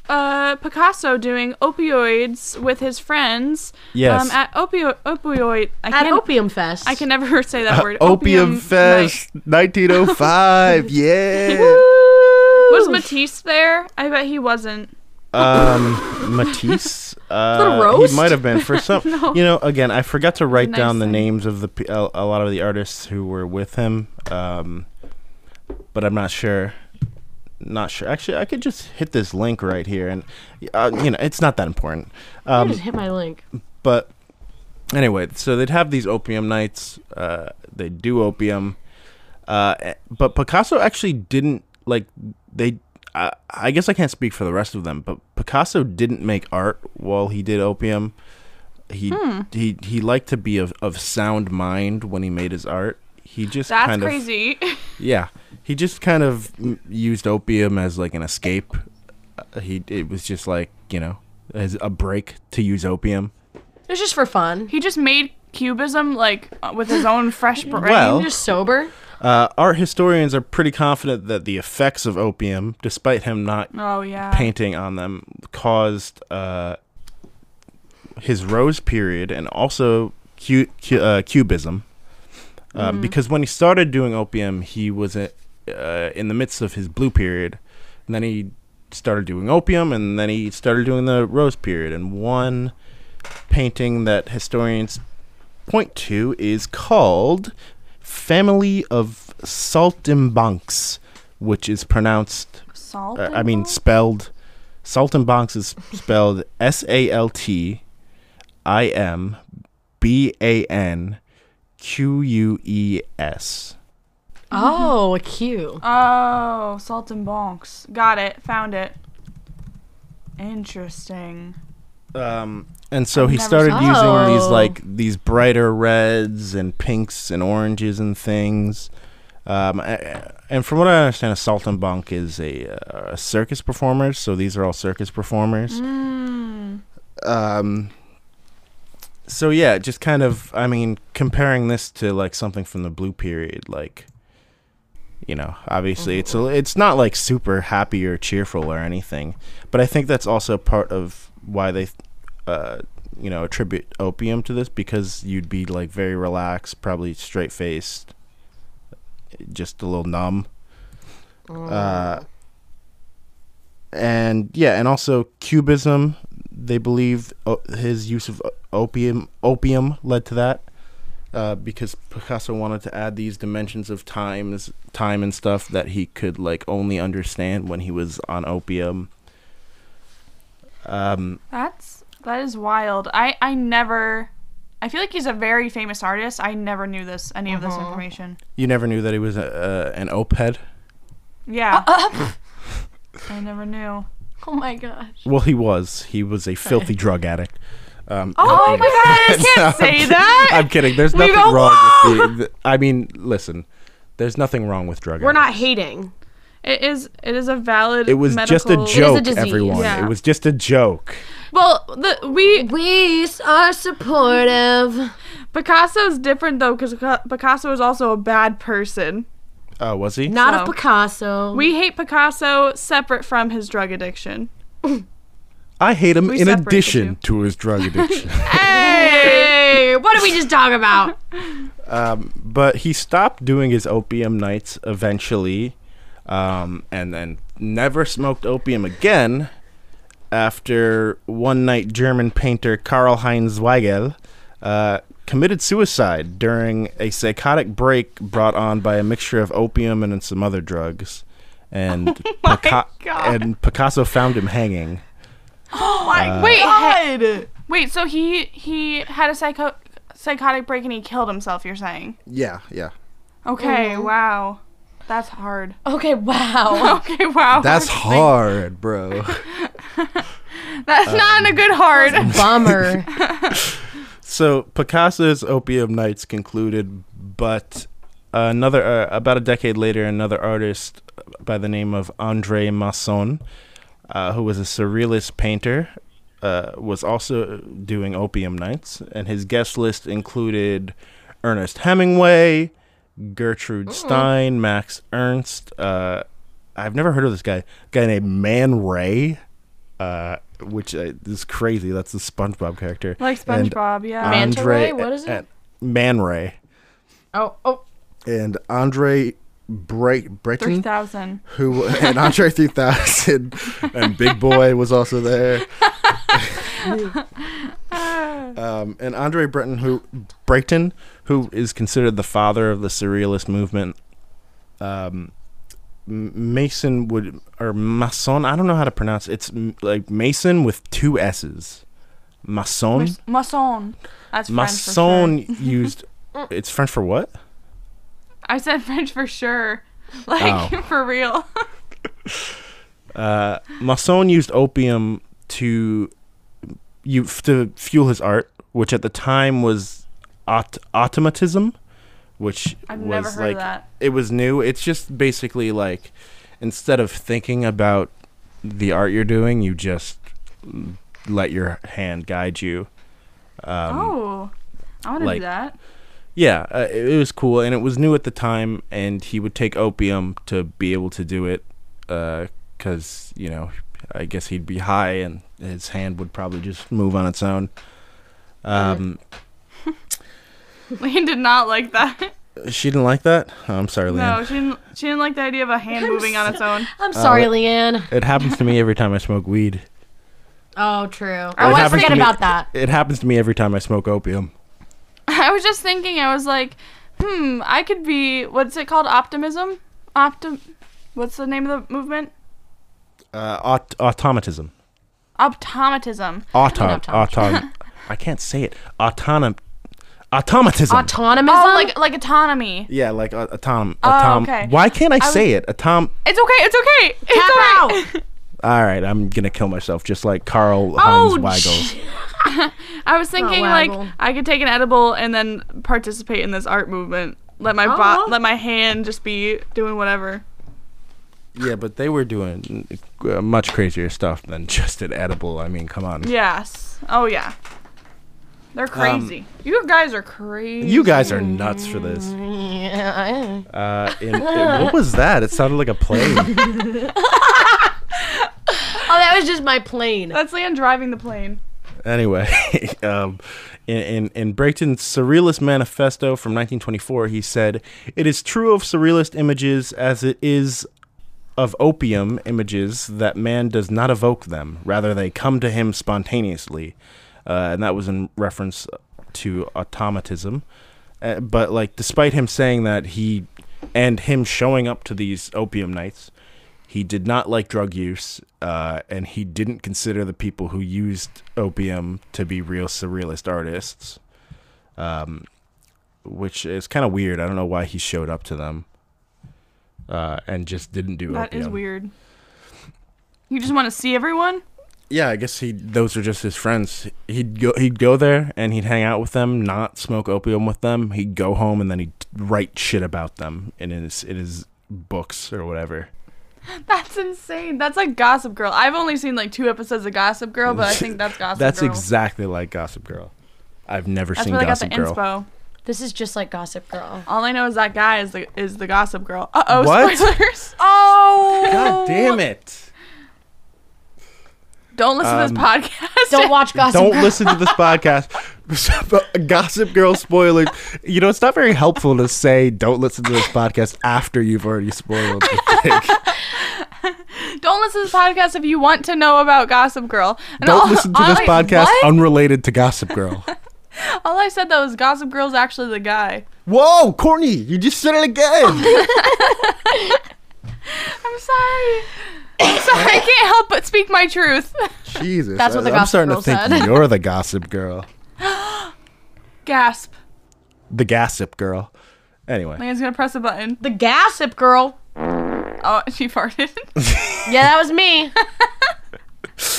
Speaker 1: uh, Picasso doing opioids with his friends
Speaker 2: Yes.
Speaker 1: um, at opio- opioid. I
Speaker 3: At
Speaker 1: can't-
Speaker 3: Opium Fest.
Speaker 1: I can never say that word.
Speaker 2: Uh, Opium
Speaker 1: night.
Speaker 2: Fest 1905. yeah.
Speaker 1: Was Matisse there? I bet he wasn't.
Speaker 2: um Matisse. Uh,
Speaker 3: a roast?
Speaker 2: He might have been for some. You know, again, I forgot to write
Speaker 1: nice
Speaker 2: down the
Speaker 1: thing.
Speaker 2: names of the pe- a, a lot of the artists who were with him. Um, but I'm not sure. Not sure. Actually, I could just hit this link right here, and uh, you know, it's not that important. Um,
Speaker 3: just hit my link.
Speaker 2: but anyway, so they'd have these opium nights. Uh, they do opium, uh, eh, but Picasso actually didn't like they. I, I guess I can't speak for the rest of them, but Picasso didn't make art while he did opium. He
Speaker 1: Hmm.
Speaker 2: he he liked to be of, of sound mind when he made his art. He just
Speaker 1: That's
Speaker 2: kind of
Speaker 1: crazy.
Speaker 2: yeah, he just kind of mm, used opium as like an escape. Uh, he it was just like you know as a break to use opium.
Speaker 3: It was just for fun.
Speaker 1: he just made cubism like uh, with his own fresh brain.
Speaker 2: Well,
Speaker 3: Just sober.
Speaker 2: Uh, art historians are pretty confident that the effects of opium, despite him not
Speaker 1: oh yeah.
Speaker 2: painting on them, caused uh, his rose period and also cu- cu- uh, cubism. Uh, Because when he started doing opium, he was uh, in the midst of his blue period. And then he started doing opium, and then he started doing the rose period. And one painting that historians point to is called Family of Saltimbanques, which is pronounced,
Speaker 1: Salt.
Speaker 2: uh, I mean, spelled, Saltimbanques is spelled S A L T I M B A N Q U E S.
Speaker 3: Oh, a Q.
Speaker 1: Oh, salt and bonks. Got it. Found it. Interesting.
Speaker 2: Um, and so he
Speaker 1: never
Speaker 2: started
Speaker 3: saw-
Speaker 2: using these
Speaker 3: Oh.
Speaker 2: like these brighter reds and pinks and oranges and things. Um, a- a- and from what I understand, a saltimbanque is a, uh, a circus performer. So these are all circus performers. Um, so yeah, just kind of, I mean, comparing this to like something from the blue period, like, you know, obviously it's a, it's not like super happy or cheerful or anything, but I think that's also part of why they, uh, you know, attribute opium to this because you'd be like very relaxed, probably straight faced, just a little numb. Uh, and yeah, and also cubism. They believe o- his use of o- opium opium led to that, uh, because Picasso wanted to add these dimensions of times, time and stuff that he could like only understand when he was on opium. Um,
Speaker 1: That's that is wild. I I never. I feel like he's a very famous artist. I never knew this any of this information.
Speaker 2: you never knew that he was a, uh, an oped.
Speaker 1: Yeah. I never knew.
Speaker 3: Oh my gosh.
Speaker 2: Well, he was. He was a filthy drug addict. Um,
Speaker 1: Oh my god! I can't say that.
Speaker 2: I'm kidding. There's
Speaker 1: We
Speaker 2: nothing
Speaker 1: go,
Speaker 2: wrong with the, the- I mean, listen. There's nothing wrong with drug
Speaker 8: We're
Speaker 2: addicts.
Speaker 8: not hating.
Speaker 1: It is. It is a valid.
Speaker 2: It was just
Speaker 1: medical-
Speaker 2: a joke,
Speaker 3: disease.
Speaker 2: everyone.
Speaker 1: Yeah.
Speaker 2: It was just a joke.
Speaker 1: Well, the we
Speaker 8: We are supportive.
Speaker 1: Picasso's different though because Picasso is also a bad person.
Speaker 2: Oh, was he?
Speaker 8: Not
Speaker 1: So-
Speaker 8: a Picasso.
Speaker 1: We hate Picasso separate from his drug addiction.
Speaker 2: I hate him
Speaker 1: We
Speaker 2: in
Speaker 1: separate the
Speaker 2: addition to his drug addiction.
Speaker 8: Hey, what did we just talk about?
Speaker 2: um, but he stopped doing his opium nights eventually, um, and then never smoked opium again. After one night, German painter Karl Heinz Weigel uh, committed suicide during a psychotic break brought on by a mixture of opium and some other drugs, and Pica- and Picasso found him hanging.
Speaker 1: Oh
Speaker 2: Uh,
Speaker 1: Wait, he- wait. So he he had a psycho psychotic break and he killed himself. You're saying?
Speaker 9: Yeah, yeah.
Speaker 1: Okay. Wow. That's hard.
Speaker 3: Okay, wow.
Speaker 1: Okay. Wow.
Speaker 9: That's hard, bro.
Speaker 2: um,
Speaker 1: That's not a good hard.
Speaker 3: Bummer.
Speaker 2: So Picasso's opium nights concluded, but another uh, about a decade later, another artist by the name of André Masson, uh, who was a surrealist painter, uh, was also doing opium nights, and his guest list included Ernest Hemingway,
Speaker 1: Mm.
Speaker 2: Gertrude Stein, Max Ernst. Uh, I've never heard of this guy. A guy named Man Ray. Uh, which uh, is crazy. That's the SpongeBob character.
Speaker 1: like
Speaker 2: And um,
Speaker 1: SpongeBob. yeah.
Speaker 3: Man- Manta
Speaker 2: Andre-
Speaker 3: Ray? What is it?
Speaker 2: uh, Man Ray.
Speaker 3: Oh, oh.
Speaker 9: and Andre Bright
Speaker 1: Three
Speaker 9: Breton,
Speaker 1: thousand.
Speaker 9: who and Andre 3000 and Big Boy was also there.
Speaker 2: Um, and Andre Breton, who Breton, who is considered the father of the surrealist movement. Um, M- Mason would or Mason. I don't know how to pronounce. It. It's m- like Mason with two S's. Mason.
Speaker 1: Masson. That's French for sure.
Speaker 2: Mason used. It's French for what?
Speaker 1: I said French for sure. Like
Speaker 2: Oh.
Speaker 1: for real.
Speaker 2: Uh, Masson used opium to you f- to fuel his art, which at the time was aut- automatism, which
Speaker 1: I've
Speaker 2: was
Speaker 1: never heard
Speaker 2: like
Speaker 1: of that.
Speaker 2: it was new. It's just basically like instead of thinking about the art you're doing, you just let your hand guide you. Um,
Speaker 1: oh, I want to
Speaker 2: like-
Speaker 1: do that.
Speaker 2: yeah, uh, it, it was cool, and it was new at the time. And he would take opium to be able to do it, because you know, I guess he'd be high, and his hand would probably just move on its own. Um,
Speaker 1: Lane did not like that.
Speaker 2: she didn't like that. Oh, I'm sorry, Leanne.
Speaker 1: No, she didn't. She didn't like the idea of a hand moving on its own.
Speaker 3: I'm sorry,
Speaker 2: Uh,
Speaker 3: Leanne.
Speaker 2: It happens to me every time I smoke weed.
Speaker 3: Oh, true.
Speaker 2: It
Speaker 3: Oh, I always
Speaker 2: happens to
Speaker 3: forget
Speaker 2: me-
Speaker 3: about that.
Speaker 2: It happens to me every time I smoke opium.
Speaker 1: I was just thinking. I was like, hmm, I could be. What's it called? Optimism. Optim. What's the name of the movement?
Speaker 2: Uh, aut- automatism.
Speaker 1: Optomatism.
Speaker 2: Auto. Auto. I can't say it. Autonom. Automatism.
Speaker 3: Autonomous.
Speaker 1: Oh, like like autonomy.
Speaker 2: yeah, like uh, autom.
Speaker 1: Oh,
Speaker 2: autom-
Speaker 1: okay.
Speaker 2: Why can't I, say it? Atom.
Speaker 1: It's okay. It's okay. It's all right.
Speaker 2: All right, I'm gonna kill myself just like Carl
Speaker 3: Oh,
Speaker 2: Heinz Weigel.
Speaker 1: I was thinking like
Speaker 3: liable.
Speaker 1: I could take an edible and then participate in this art movement. Let my bo-
Speaker 3: Oh.
Speaker 1: let my hand just be doing whatever.
Speaker 2: Yeah, but they were doing uh, much crazier stuff than just an edible. I mean, come on.
Speaker 1: Yes. Oh yeah. They're crazy. you guys are crazy.
Speaker 2: You guys are nuts for this. Uh, in, what was that? It sounded like a plane.
Speaker 3: oh, that was just my plane.
Speaker 1: That's Leanne driving the plane.
Speaker 2: anyway, um, in, in, in Breakton's Surrealist Manifesto from 1924, he said, It is true of surrealist images as it is of opium images that man does not evoke them. Rather, they come to him spontaneously. Uh, and that was in reference to automatism. Uh, but, like, despite him saying that, he and him showing up to these opium nights, he did not like drug use, uh, and he didn't consider the people who used opium to be real surrealist artists, um, which is kind of weird. I don't know why he showed up to them uh, and just didn't do
Speaker 1: That
Speaker 2: opium.
Speaker 1: is weird. You just want to see everyone?
Speaker 2: Yeah, I guess he. Those are just his friends. He'd go. He'd go there and he'd hang out with them, not smoke opium with them. He'd go home and then he'd write shit about them in his in his books or whatever.
Speaker 1: That's insane. That's like Gossip Girl. I've only seen like two episodes of Gossip Girl, but I think that's Gossip
Speaker 2: That's
Speaker 1: Girl.
Speaker 2: exactly like Gossip Girl. I've never
Speaker 1: That's
Speaker 2: seen
Speaker 1: where they got the
Speaker 2: Gossip Girl.
Speaker 1: inspo.
Speaker 3: This is just like Gossip Girl.
Speaker 1: All I know is that guy is the is the Gossip Girl. Uh oh,
Speaker 2: What?
Speaker 1: spoilers. Oh,
Speaker 2: God damn it!
Speaker 1: Don't listen
Speaker 2: Um,
Speaker 1: to this podcast.
Speaker 3: Don't watch Gossip
Speaker 2: Don't
Speaker 3: Girl.
Speaker 2: listen to this podcast. Gossip Girl spoilers. You know, it's not very helpful to say don't listen to this podcast after you've already spoiled.
Speaker 1: Don't listen to this podcast if you want to know about Gossip Girl. And
Speaker 2: Don't listen to
Speaker 1: all
Speaker 2: this
Speaker 1: I-
Speaker 2: podcast
Speaker 1: what?
Speaker 2: unrelated to Gossip Girl.
Speaker 1: All I said though is Gossip Girl's actually the guy.
Speaker 5: Whoa, Courtney, you just said it again.
Speaker 1: I'm sorry. I'm sorry. I can't help but speak my truth.
Speaker 9: Jesus.
Speaker 3: That's what the
Speaker 9: I-
Speaker 3: Gossip
Speaker 2: starting
Speaker 3: Girl
Speaker 2: to think
Speaker 3: said.
Speaker 2: you're the Gossip Girl.
Speaker 1: Gasp.
Speaker 2: The Gossip Girl. Anyway,
Speaker 1: Leanne's gonna press a button.
Speaker 3: The Gossip Girl.
Speaker 1: Oh, she farted.
Speaker 3: Yeah, that was me.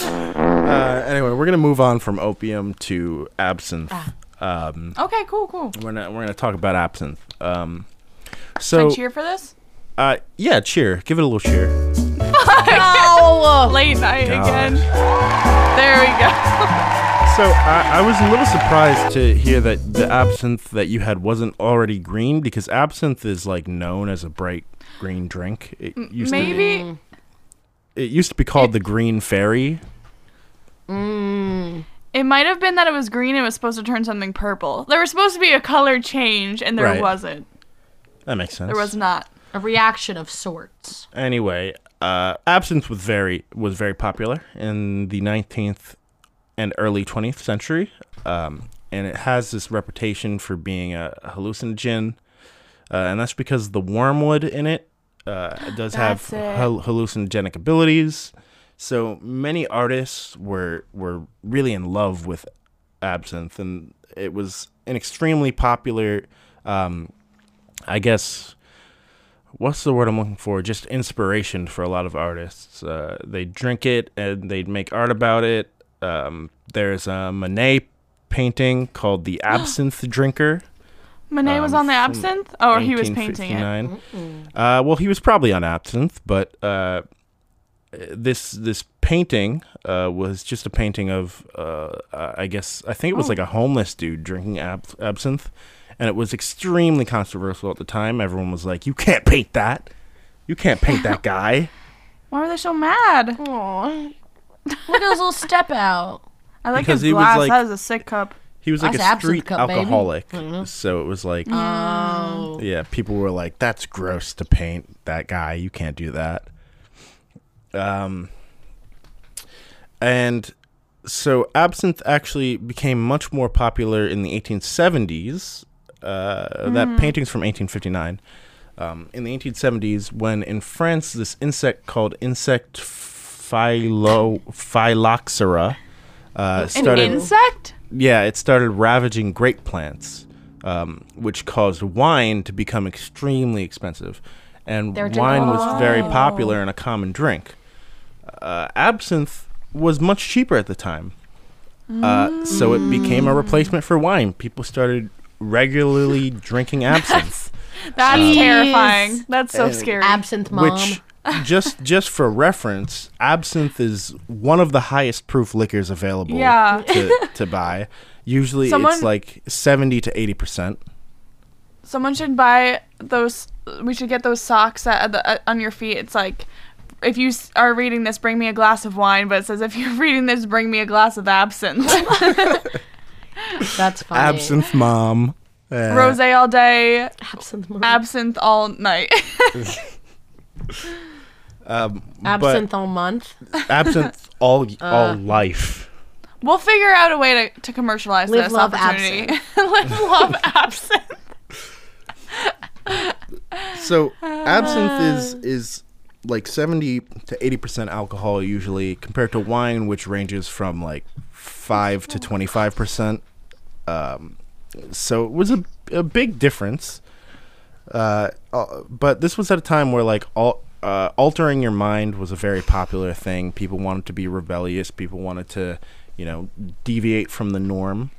Speaker 2: uh, anyway, we're gonna move on from opium to absinthe. Um,
Speaker 1: okay, cool, cool.
Speaker 2: we're gonna we're gonna talk about absinthe. Um,
Speaker 1: Can
Speaker 2: so
Speaker 1: I cheer for this?
Speaker 2: uh, yeah, cheer. Give it a little cheer.
Speaker 1: Oh, late night
Speaker 2: God.
Speaker 1: again. There we go.
Speaker 2: So I, I was a little surprised to hear that the absinthe that you had wasn't already green because absinthe is like known as a bright green drink. It used to
Speaker 1: Maybe
Speaker 2: be, it used to be called the green fairy.
Speaker 1: It might have been that it was green and it was supposed to turn something purple. There was supposed to be a color change and there
Speaker 2: Right.
Speaker 1: wasn't.
Speaker 2: That makes sense.
Speaker 1: There was not.
Speaker 3: A reaction of sorts.
Speaker 2: anyway, uh, absinthe was very was very popular in the 19th and early 20th century, um, and it has this reputation for being a hallucinogen, uh, and that's because the wormwood in it uh, does have
Speaker 1: That's it.
Speaker 2: hal- hallucinogenic abilities. So many artists were were really in love with absinthe, and it was an extremely popular. Um, I guess what's the word I'm looking for? Just inspiration for a lot of artists. Uh, they drink it and they'd make art about it. Um, there's a Monet painting called The Absinthe Drinker.
Speaker 1: Monet was
Speaker 2: Um,
Speaker 1: on the
Speaker 2: from
Speaker 1: absinthe? Oh, or he was painting it.
Speaker 2: 1859. Uh, well, he was probably on absinthe, but uh, this this painting uh, was just a painting of uh, I guess I think it was
Speaker 3: Oh.
Speaker 2: like a homeless dude drinking ab- absinthe, and it was extremely controversial at the time. Everyone was like, "You can't paint that." You can't paint that guy.
Speaker 1: Why were they so mad?
Speaker 3: Aww. Look at his little step out.
Speaker 1: I like
Speaker 2: Because
Speaker 1: his
Speaker 2: he was
Speaker 1: glass.
Speaker 2: like-
Speaker 1: that is a sick cup.
Speaker 2: He was like
Speaker 3: That's
Speaker 2: a
Speaker 3: absinthe
Speaker 2: street
Speaker 3: cup, baby. Mm-hmm.
Speaker 2: alcoholic, so it was like,
Speaker 3: Oh.
Speaker 2: yeah, people were like, "That's gross to paint that guy. You can't do that." Um, and so absinthe actually became much more popular in the 1870s. Uh,
Speaker 1: Mm-hmm.
Speaker 2: That painting's from 1859. Um, in the 1870s, when in France, this insect called insect philo- phylloxera uh, started.
Speaker 1: An insect?
Speaker 2: Yeah, it started ravaging grape plants, um, which caused wine to become extremely expensive. And wine was very popular and a common drink. Uh, absinthe was much cheaper at the time. Uh, so it became a replacement for wine. People started regularly drinking absinthe,
Speaker 1: That's terrifying. That's so scary.
Speaker 3: Absinthe mom.
Speaker 2: which just just for reference, absinthe is one of the highest proof liquors available
Speaker 1: Yeah.
Speaker 2: to, to buy. Usually
Speaker 1: Someone-
Speaker 2: it's like 70 to 80%.
Speaker 1: Someone should buy those. We should get those socks at, at the, at, on your feet. It's like, if you s- are reading this, bring me a glass of wine. But it says, if you're reading this, bring me a glass of absinthe.
Speaker 3: That's funny.
Speaker 2: Absinthe mom.
Speaker 1: Rose all day,
Speaker 3: Absinthe mom.
Speaker 1: absinthe all night.
Speaker 2: Um,
Speaker 3: absinthe all month.
Speaker 2: But absinthe all all life.
Speaker 1: we'll figure out a way to, to commercialize
Speaker 3: Live,
Speaker 1: this
Speaker 3: love,
Speaker 1: opportunity. Live, love, absinthe.
Speaker 2: So absinthe is is like 70 to 80% alcohol usually compared to wine which ranges from like 5 to 25%. Um, so it was a, a big difference. Uh, uh, but this was at a time where like all uh, altering your mind was a very popular thing. People wanted to be rebellious. People wanted to, you know, deviate from the norm.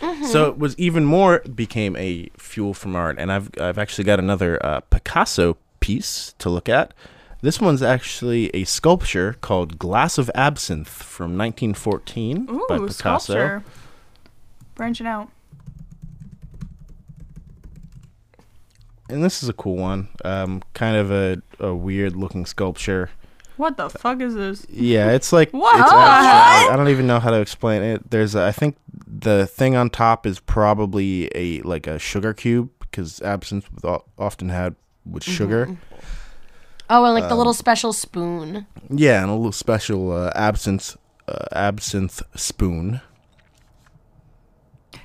Speaker 1: Mm-hmm.
Speaker 2: So it was even more became a fuel from art, and I've I've actually got another uh, Picasso piece to look at. This one's actually a sculpture called Glass of Absinthe from 1914
Speaker 1: Ooh,
Speaker 2: by Picasso.
Speaker 1: sculpture. Branching out.
Speaker 2: And this is a cool one, um, kind of a, a weird looking sculpture.
Speaker 1: What the fuck is this?
Speaker 2: Yeah, it's like
Speaker 1: What?
Speaker 2: It's abstract. I don't even know how to explain it. There's, a, I think, the thing on top is probably a like a sugar cube because absinthe was o- often had with
Speaker 3: Mm-hmm.
Speaker 2: sugar.
Speaker 3: Oh, and like
Speaker 2: Um,
Speaker 3: the little special spoon.
Speaker 2: Yeah, and a little special uh, absinthe uh, absinthe spoon.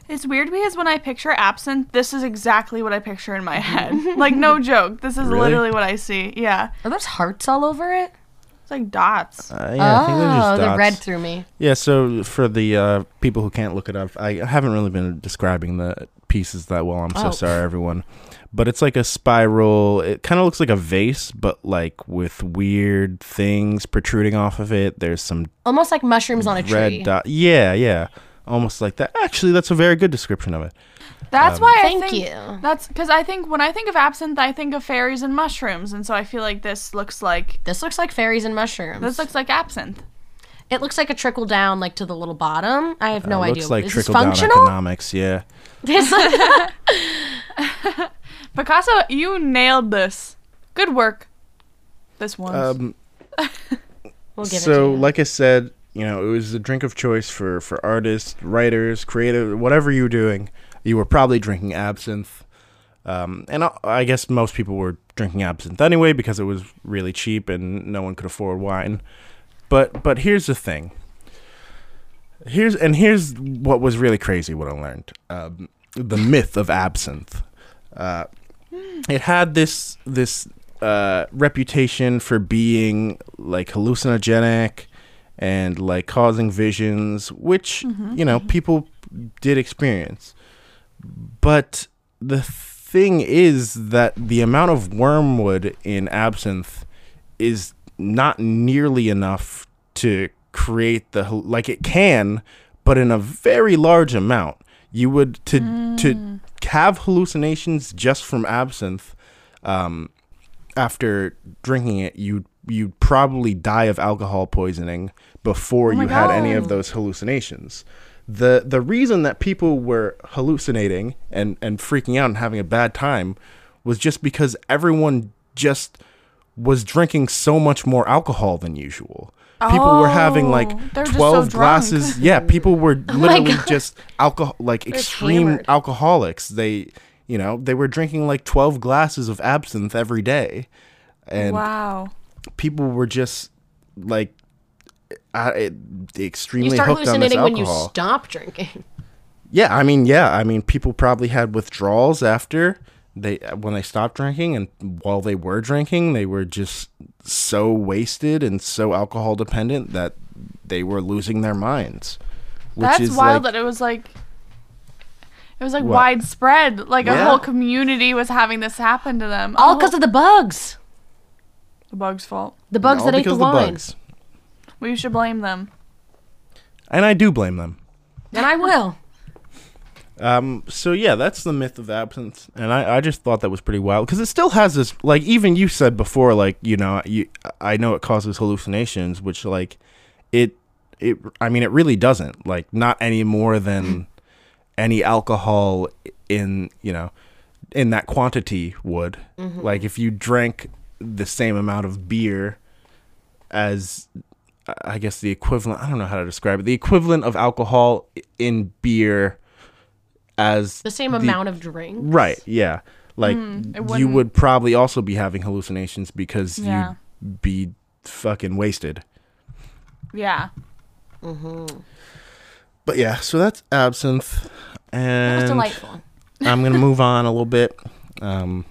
Speaker 1: It's weird because when I picture absinthe, this is exactly what I picture in my head. like no joke, this is
Speaker 2: Really?
Speaker 1: literally what I see. Yeah,
Speaker 3: Are those hearts all over it?
Speaker 1: it's like dots.
Speaker 2: Uh, yeah, I think they're
Speaker 3: oh,
Speaker 2: just
Speaker 3: the
Speaker 2: dots.
Speaker 3: red through me.
Speaker 2: Yeah, so for the uh, people who can't look it up, I haven't really been describing the pieces that well. I'm so
Speaker 3: Oh.
Speaker 2: sorry, everyone. But it's like a spiral. It kind of looks like a vase, but like with weird things protruding off of it. There's some
Speaker 3: Almost like mushrooms on a tree.
Speaker 2: red dot. Yeah, yeah, almost like that. Actually, that's a very good description of it.
Speaker 1: That's
Speaker 2: um,
Speaker 1: why I
Speaker 3: Thank
Speaker 1: think
Speaker 3: you.
Speaker 1: that's because I think when I think of absinthe, I think of fairies and mushrooms, and so I feel like this looks like
Speaker 3: This looks like fairies and mushrooms.
Speaker 1: this looks like absinthe.
Speaker 3: it looks like a trickle down, like to the little bottom. I have
Speaker 2: Uh,
Speaker 3: no
Speaker 2: it
Speaker 3: idea.
Speaker 2: looks like
Speaker 3: Is this
Speaker 2: trickle down
Speaker 3: functional?
Speaker 2: economics. Yeah.
Speaker 3: This look-
Speaker 1: Picasso, you nailed this. Good work. This one.
Speaker 2: Um,
Speaker 3: we'll give it
Speaker 2: so
Speaker 3: to you.
Speaker 2: like i said you know it was the drink of choice for for artists writers creative whatever you were doing you were probably drinking absinthe um, and I, I guess most people were drinking absinthe anyway because it was really cheap and no one could afford wine but but here's the thing here's and here's what was really crazy what i learned um, the myth of absinthe uh, it had this this uh, reputation for being like hallucinogenic and like causing visions, which you know people did experience. But the thing is that the amount of wormwood in absinthe is not nearly enough to create the hal- like it can, but in a very large amount. You would to to have hallucinations just from absinthe um, after drinking it, you you'd probably die of alcohol poisoning
Speaker 1: Oh
Speaker 2: before you had any of those hallucinations. The the reason that people were hallucinating and and freaking out and having a bad time was just because everyone just was drinking so much more alcohol than usual. People were having like
Speaker 1: Oh, they're just so
Speaker 2: 12
Speaker 1: drunk.
Speaker 2: glasses. Yeah, people were literally
Speaker 3: Oh God.
Speaker 2: just alcohol like extreme
Speaker 3: hammered.
Speaker 2: alcoholics. They, you know, they were drinking like 12 glasses of absinthe every day. And
Speaker 1: wow.
Speaker 2: people were just like
Speaker 5: uh, I, it, extremely
Speaker 3: You start
Speaker 5: hooked on this
Speaker 3: hallucinating
Speaker 5: alcohol.
Speaker 3: when you stop drinking.
Speaker 5: Yeah, I mean, yeah, I mean, people probably had withdrawals after they uh, when they stopped drinking, and while they were drinking, they were just so wasted and so alcohol dependent that they were losing their minds. Which
Speaker 1: That's wild
Speaker 5: like-
Speaker 1: that it was like it was like
Speaker 5: What?
Speaker 1: widespread. Like a
Speaker 5: Yeah.
Speaker 1: whole community was having this happen to them. Oh,
Speaker 3: All because of the bugs.
Speaker 1: the bug's fault.
Speaker 3: The bugs
Speaker 5: all
Speaker 3: that ate the
Speaker 5: because of
Speaker 3: wine.
Speaker 5: bugs.
Speaker 1: We should blame them.
Speaker 2: And I do blame them.
Speaker 3: And I will.
Speaker 2: Um, so yeah, that's the myth of absence, and I, I just thought that was pretty wild because it still has this like even you said before like you know you I know it causes hallucinations, which like it it I mean it really doesn't like not any more than any alcohol in you know in that quantity would
Speaker 1: Mm-hmm.
Speaker 2: like if you drank the same amount of beer as I- I guess the equivalent I don't know how to describe it the equivalent of alcohol i- in beer as
Speaker 3: The same amount of drink.
Speaker 2: right yeah like you
Speaker 1: Mm, wouldn't-
Speaker 2: would probably also be having hallucinations because
Speaker 1: Yeah.
Speaker 2: you'd be fucking wasted
Speaker 1: Yeah.
Speaker 2: but yeah so that's absinthe and
Speaker 3: It's delightful.
Speaker 2: I'm gonna move on a little bit um,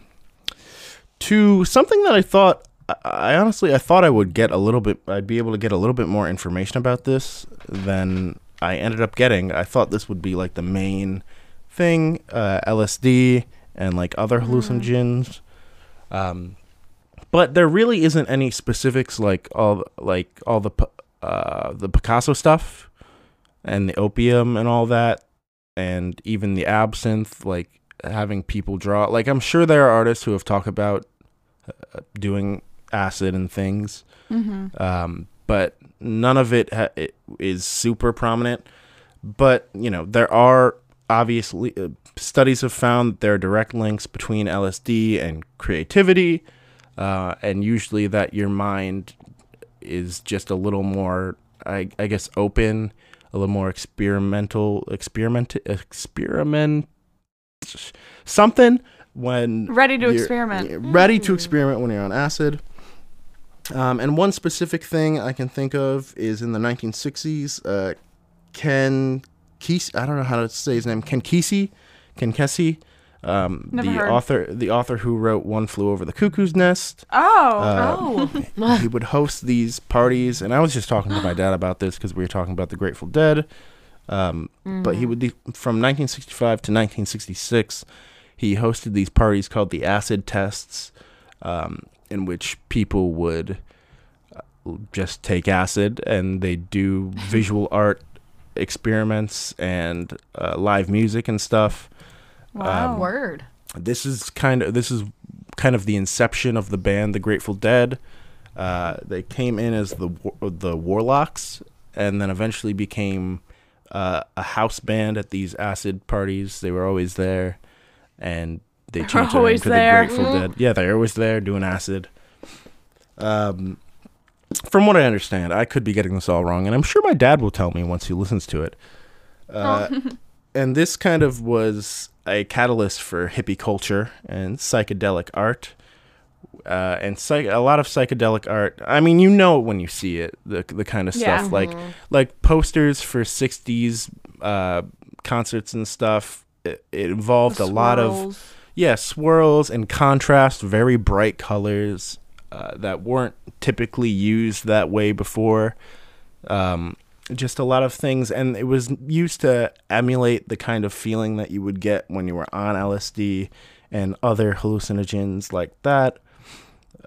Speaker 2: to something that I thought. I- I honestly, I thought I would get a little bit. I'd be able to get a little bit more information about this than I ended up getting. I thought this would be like the main thing, uh, LSD and like other hallucinogens. Um, but there really isn't any specifics like all the- like all the P- uh, the Picasso stuff and the opium and all that and even the absinthe, like having people draw. Like I'm sure there are artists who have talked about uh, doing acid and things,
Speaker 1: Mhm.
Speaker 2: um, but none of it, ha- it is super prominent. But you know there are obviously uh, studies have found that there are direct links between LSD and creativity, uh, and usually that your mind is just a little more, I, I guess, open, a little more experimental, experiment, experiment, something when
Speaker 1: Ready to
Speaker 2: you're-
Speaker 1: experiment.
Speaker 2: yeah, Ready to experiment when you're on acid. Um, and one specific thing I can think of is in the 1960s, uh, Ken Kesey, I don't know how to say his name, Ken Kesey, Ken Kesey, um, the
Speaker 1: Never heard.
Speaker 2: author, the author who wrote One Flew Over the Cuckoo's Nest.
Speaker 1: Oh.
Speaker 2: Uh,
Speaker 3: Oh.
Speaker 2: he would host these parties, and I was just talking to my dad about this because we were talking about the Grateful Dead. Um, But he would, be- from 1965 to 1966, he hosted these parties called the Acid Tests, um, in which people would uh, just take acid and they do visual art experiments and uh, live music and stuff uh,
Speaker 1: wow.
Speaker 2: um,
Speaker 3: Word.
Speaker 2: this is kind of this is kind of the inception of the band the Grateful Dead. Uh, they came in as the War- the Warlocks, and then eventually became uh, a house band at these acid parties. They were always there, and they changed their name
Speaker 1: always
Speaker 2: to
Speaker 1: there. Mm-hmm.
Speaker 2: the Grateful Dead. Yeah, they're always there doing acid. Um, from what I understand, I could be getting this all wrong, and I'm sure my dad will tell me once he listens to it. Uh,
Speaker 1: Oh.
Speaker 2: and this kind of was a catalyst for hippie culture and psychedelic art. Uh, and psych- a lot of psychedelic art. I mean, you know it when you see it, the, the kind of
Speaker 1: Yeah. Mm-hmm.
Speaker 2: stuff like like posters for '60s uh, concerts and stuff. It, it involved a lot of
Speaker 1: Swirls.
Speaker 2: yeah, swirls and contrast, very bright colors uh, that weren't typically used that way before. Um, just a lot of things, and it was used to emulate the kind of feeling that you would get when you were on LSD and other hallucinogens like that.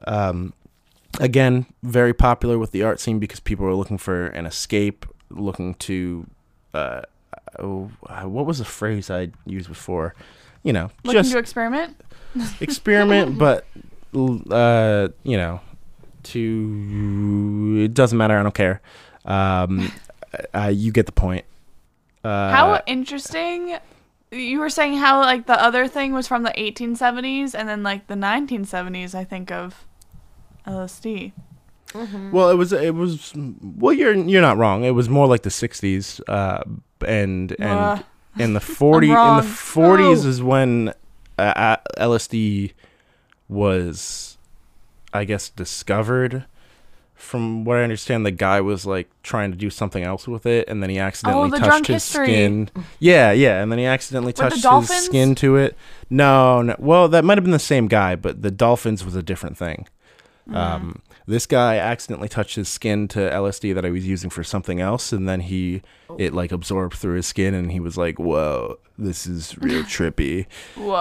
Speaker 2: Um, again, very popular with the art scene because people were looking for an escape, looking to. Uh, oh, what was the phrase I used before? You know,
Speaker 1: looking
Speaker 2: just
Speaker 1: to experiment.
Speaker 2: experiment, but l- uh, you know, to it doesn't matter. I don't care. Um, uh, you get the point. Uh,
Speaker 1: how interesting. You were saying how like the other thing was from the 1870s and then like the 1970s. I think of LSD.
Speaker 2: Well, it was it was well. You're you're not wrong. It was more like the '60s, uh, and and
Speaker 1: Ugh.
Speaker 2: in the 40 in
Speaker 1: wrong.
Speaker 2: the 40s is when uh, a- LSD was, I guess, discovered from what I understand, the guy was like trying to do something else with it, and then he accidentally
Speaker 1: Oh, the
Speaker 2: touched
Speaker 1: drunk
Speaker 2: his
Speaker 1: history.
Speaker 2: skin. Yeah, yeah, and then he accidentally
Speaker 1: the
Speaker 2: touched his
Speaker 1: dolphins?
Speaker 2: skin to it. No, no. Well, that might have been the same guy, but the dolphins was a different thing.
Speaker 1: Mm.
Speaker 2: Um, this guy accidentally touched his skin to LSD that I was using for something else, and then he
Speaker 1: Oh.
Speaker 2: it like absorbed through his skin, and he was like, "Whoa, this is real trippy."
Speaker 1: Whoa,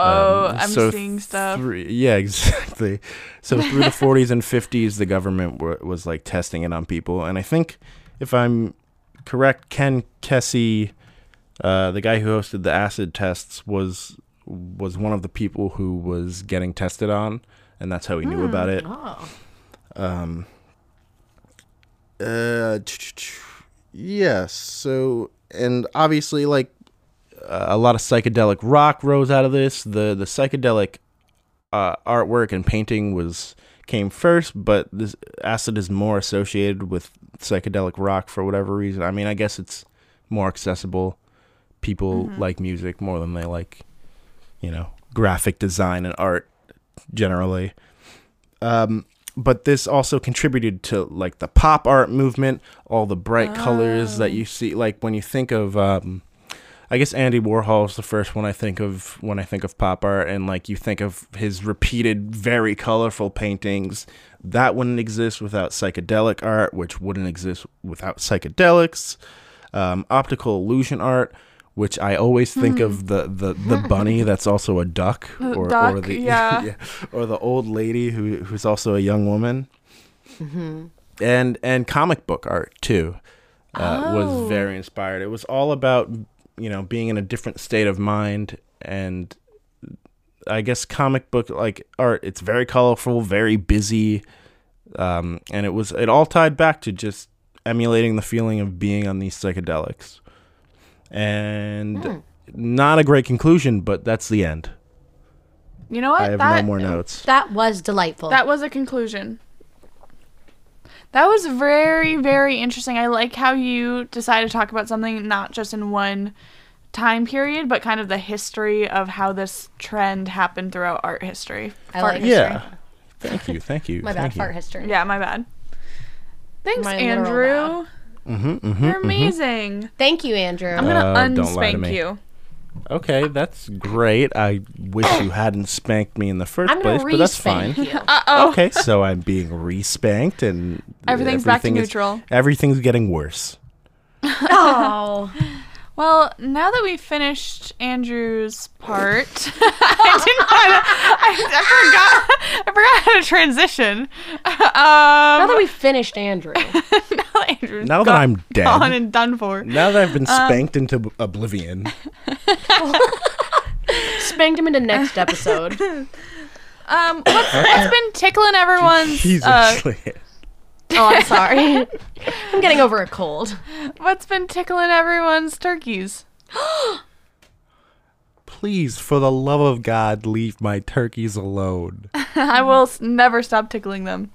Speaker 1: Oh,
Speaker 2: Um,
Speaker 1: I'm
Speaker 2: so
Speaker 1: seeing stuff.
Speaker 2: three- yeah, exactly. So through the 40s and 50s, the government w- was like testing it on people, and I think, if I'm correct, Ken Kesey, uh, the guy who hosted the acid tests, was was one of the people who was getting tested on, and that's how he knew
Speaker 1: Hmm.
Speaker 2: about it.
Speaker 3: Oh.
Speaker 2: Um,
Speaker 5: Uh, ch- ch-
Speaker 2: Yes. So, and obviously, like uh, a lot of psychedelic rock rose out of this. The the psychedelic uh, artwork and painting was came first, but this acid is more associated with psychedelic rock for whatever reason. I mean, I guess it's more accessible. People like music more than they like, you know, graphic design and art generally. Um, but this also contributed to like the pop art movement, all the bright colors that you see. Like when you think of, um, I guess Andy Warhol is the first one I think of when I think of pop art, and like you think of his repeated, very colorful paintings. That wouldn't exist without psychedelic art, which wouldn't exist without psychedelics. Um, optical illusion art, which I always think of the, the, the bunny that's also a duck,
Speaker 1: Mm-hmm. The
Speaker 2: or, or
Speaker 1: duck,
Speaker 2: the
Speaker 1: yeah.
Speaker 2: or the old lady who who's also a young woman.
Speaker 1: Mm-hmm.
Speaker 2: And and comic book art too uh,
Speaker 3: Oh.
Speaker 2: was very inspired. It was all about you know being in a different state of mind and I guess comic book like art. It's very colorful, very busy, um, and it was it all tied back to just emulating the feeling of being on these psychedelics. And
Speaker 3: Hmm.
Speaker 2: not a great conclusion, but that's the end.
Speaker 1: You know what?
Speaker 2: I have
Speaker 1: that
Speaker 2: no more notes.
Speaker 3: Oh, That was delightful.
Speaker 1: that was a conclusion. That was very very interesting. I like how you decided to talk about something not just in one time period, but kind of the history of how this trend happened throughout art history.
Speaker 3: I
Speaker 1: Fart
Speaker 3: like-
Speaker 1: history.
Speaker 2: Yeah. Thank you. Thank you.
Speaker 3: My bad
Speaker 2: thank
Speaker 3: fart history.
Speaker 1: Yeah, my bad. Thanks,
Speaker 3: My literal
Speaker 1: Andrew.
Speaker 2: hmm
Speaker 1: You're amazing.
Speaker 3: Thank you, Andrew.
Speaker 1: I'm gonna
Speaker 2: Oh, don't lie to
Speaker 1: unspank
Speaker 2: me.
Speaker 1: you.
Speaker 2: Okay, that's great. I wish you hadn't spanked me in the 1st
Speaker 3: I'm
Speaker 2: place,
Speaker 3: gonna
Speaker 2: but that's
Speaker 3: re-spank
Speaker 2: fine.
Speaker 3: you.
Speaker 1: Uh oh.
Speaker 2: Okay, so I'm being re-spanked and
Speaker 1: Everything's back to
Speaker 2: everything is-
Speaker 1: neutral.
Speaker 2: Everything's getting worse.
Speaker 3: oh.
Speaker 1: Well, now that we've finished Andrew's part, I didn't. know how to- I, I forgot. I forgot how to transition.
Speaker 3: Now that
Speaker 1: Um,
Speaker 3: we finished Andrew.
Speaker 1: now that Andrew's
Speaker 2: Now that I'm dead,
Speaker 1: gone and done for.
Speaker 2: now that I've
Speaker 1: Um,
Speaker 2: been spanked into b- oblivion,
Speaker 3: Spanked him into next episode.
Speaker 1: Um, what's, what's been tickling everyone's?
Speaker 2: he's
Speaker 1: Uh,
Speaker 2: actually
Speaker 3: Oh, I'm sorry. I'm getting over a cold.
Speaker 1: what's been tickling everyone's turkeys?
Speaker 2: Please, for the love of God, leave my turkeys alone.
Speaker 1: I will s- never stop tickling them.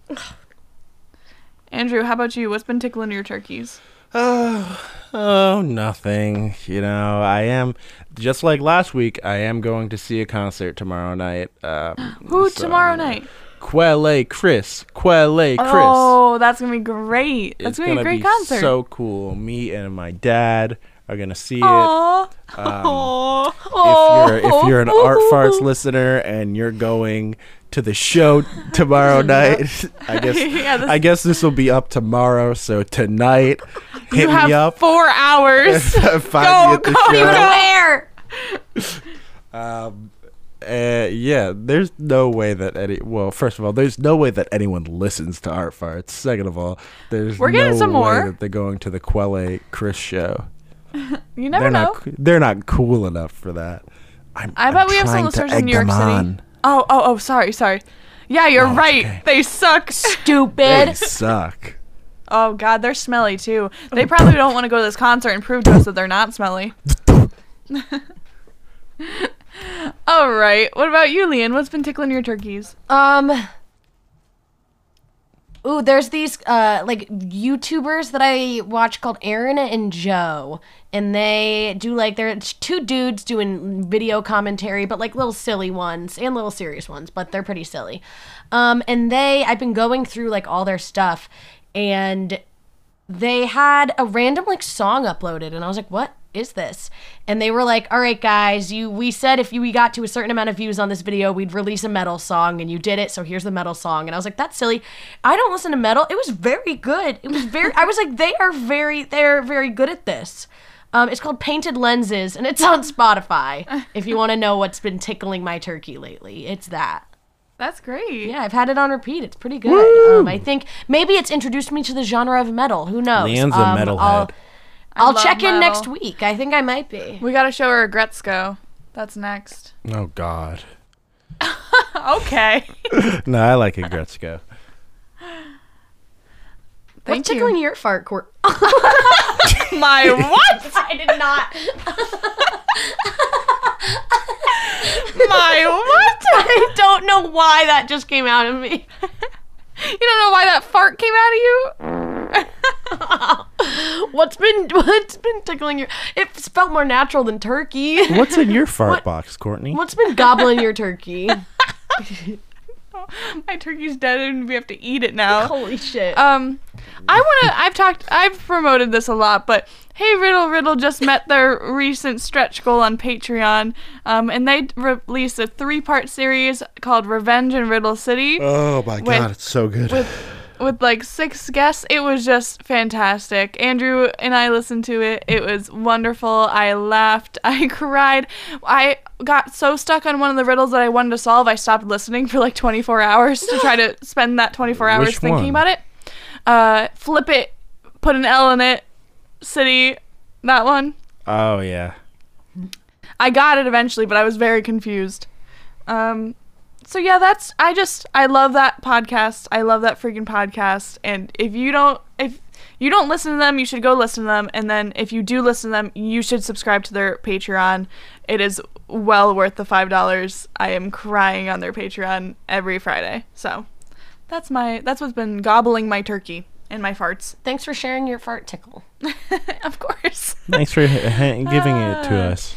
Speaker 1: Andrew, how about you? What's been tickling your turkeys?
Speaker 2: Oh, oh, nothing. You know, I am just like last week. I am going to see a concert tomorrow night. Um,
Speaker 1: Who
Speaker 2: so-
Speaker 1: tomorrow night?
Speaker 2: Quelle Chris, Quelle Chris.
Speaker 1: Oh, that's gonna be great. That's
Speaker 2: It's
Speaker 1: gonna be a great
Speaker 2: be
Speaker 1: concert.
Speaker 2: So cool. Me and my dad are gonna see it.
Speaker 1: Aww.
Speaker 2: Um, if you're if you're an Art Farts listener and you're going to the show tomorrow night, I guess
Speaker 1: Yeah, this-
Speaker 2: I guess this will be up tomorrow. So tonight, hit
Speaker 1: you
Speaker 2: me
Speaker 1: have
Speaker 2: up.
Speaker 1: four hours.
Speaker 2: Find
Speaker 1: go,
Speaker 2: me at the
Speaker 1: go,
Speaker 2: show.
Speaker 1: go.
Speaker 2: Um, uh, yeah, there's no way that any. Well, first of all, there's no way that anyone listens to Art Farts. Second of all, there's
Speaker 1: We're
Speaker 2: no
Speaker 1: getting some
Speaker 2: way
Speaker 1: more.
Speaker 2: that they're going to the Quelle Chris show.
Speaker 1: You never
Speaker 2: they're
Speaker 1: know.
Speaker 2: not. coo- They're not cool enough for that. I'm,
Speaker 1: I
Speaker 2: I'm
Speaker 1: bet we have some
Speaker 2: trying to
Speaker 1: listeners in
Speaker 2: egg
Speaker 1: New York
Speaker 2: them
Speaker 1: City.
Speaker 2: on.
Speaker 1: Oh, oh, oh, sorry, sorry. Yeah, you're
Speaker 2: No, it's
Speaker 1: right.
Speaker 2: okay.
Speaker 1: They suck.
Speaker 2: They
Speaker 3: Stupid.
Speaker 2: suck.
Speaker 1: Oh god, they're smelly too. They probably don't want to go to this concert and prove to us that they're not smelly. All right. What about you, Leon? What's been tickling your turkeys?
Speaker 3: Um. Ooh, there's these uh like YouTubers that I watch called Aaron and Joe, and they do like they're it's two dudes doing video commentary, but like little silly ones and little serious ones, but they're pretty silly. Um, and they I've been going through like all their stuff, and they had a random like song uploaded and I was like, "What is this?" And they were like, "All right, guys, you we said if you we got to a certain amount of views on this video, we'd release a metal song and you did it. So here's the metal song." And I was like, "That's silly. I don't listen to metal. It was very good. It was very I was like, "They are very they're very good at this." Um, it's called Painted Lenses, and it's on Spotify. if you want to know what's been tickling my turkey lately, it's that.
Speaker 1: That's great.
Speaker 3: Yeah, I've had it on repeat. It's pretty good. Um, I think maybe it's introduced me to the genre of metal. Who knows?
Speaker 2: Leanne's a
Speaker 3: um,
Speaker 2: metalhead.
Speaker 3: I'll, I'll
Speaker 1: love
Speaker 3: check in
Speaker 1: metal.
Speaker 3: next week. I think I might be.
Speaker 1: We gotta show her Gretzko. That's next.
Speaker 2: Oh God.
Speaker 1: Okay.
Speaker 2: No, I like it, Gretzko.
Speaker 1: Thank
Speaker 3: what's tickling
Speaker 1: you.
Speaker 3: your fart court?
Speaker 1: My what?
Speaker 3: I did not.
Speaker 1: My what?
Speaker 3: I don't know why that just came out of me.
Speaker 1: You don't know why that fart came out of you?
Speaker 3: What's been what's been tickling your? It felt more natural than turkey.
Speaker 2: What's in your fart box, Courtney?
Speaker 3: What's been gobbling your turkey?
Speaker 1: My turkey's dead and we have to eat it now.
Speaker 3: Holy shit!
Speaker 1: Um, I want to. I've talked. I've promoted this a lot, but hey, Riddle Riddle just met their recent stretch goal on Patreon, um, and they d- released a three-part series called "Revenge in Riddle City"
Speaker 9: Oh my god,
Speaker 1: With-
Speaker 9: it's so good.
Speaker 1: with like six guests. It was just fantastic. Andrew and I listened to it. It was wonderful. I laughed. I cried. I got so stuck on one of the riddles that I wanted to solve. I stopped listening for like 24 hours to try to spend that 24 hours
Speaker 2: Which
Speaker 1: thinking
Speaker 2: one?
Speaker 1: about it. Uh, flip it, put an L in it, city, that one.
Speaker 2: oh yeah.
Speaker 1: I got it eventually, but I was very confused. Um, so yeah, that's I just I love that podcast. I love that freaking podcast. And if you don't if you don't listen to them, you should go listen to them. And then if you do listen to them, you should subscribe to their Patreon. It is well worth the five dollars. I am crying on their Patreon every Friday. So that's my that's what's been gobbling my turkey and my farts,
Speaker 3: Thanks for sharing your fart tickle.
Speaker 1: of course.
Speaker 2: Thanks for ha- ha- giving it to
Speaker 1: Uh,
Speaker 2: us.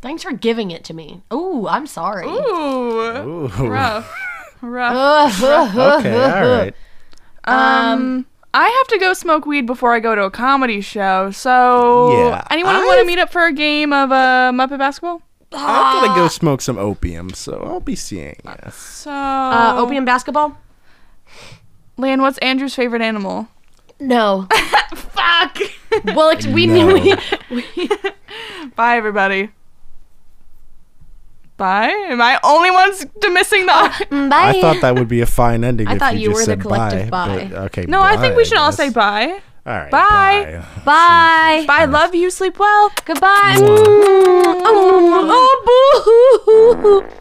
Speaker 3: Thanks for giving it to me. Ooh, I'm sorry.
Speaker 1: Ooh,
Speaker 2: Ooh.
Speaker 1: rough, rough.
Speaker 2: Okay. All right.
Speaker 1: Um, I have to go smoke weed before I go to a comedy show. So,
Speaker 2: Yeah,
Speaker 1: anyone want to meet up for a game of uh, Muppet Basketball?
Speaker 2: I'm
Speaker 1: Ah.
Speaker 2: gonna go smoke some opium, so I'll be seeing you.
Speaker 1: So,
Speaker 3: Uh, opium basketball?
Speaker 1: Lan, what's Andrew's favorite animal?
Speaker 3: No.
Speaker 1: Fuck.
Speaker 3: well, it's, we knew we,
Speaker 1: Bye, everybody. Bye. Am I only ones to missing the?
Speaker 3: Bye.
Speaker 2: I thought that would be a fine ending.
Speaker 3: I
Speaker 2: if
Speaker 3: thought
Speaker 2: you,
Speaker 3: you
Speaker 2: just
Speaker 3: were
Speaker 2: said
Speaker 3: the collective
Speaker 2: bye,
Speaker 3: bye.
Speaker 2: but- okay.
Speaker 1: no, I think we should all
Speaker 2: guess.
Speaker 1: say bye.
Speaker 2: All right.
Speaker 1: Bye.
Speaker 2: bye.
Speaker 3: Bye.
Speaker 1: Bye. Love you. Sleep well.
Speaker 3: Goodbye.
Speaker 2: Mwah.
Speaker 3: Mm. Oh, boo.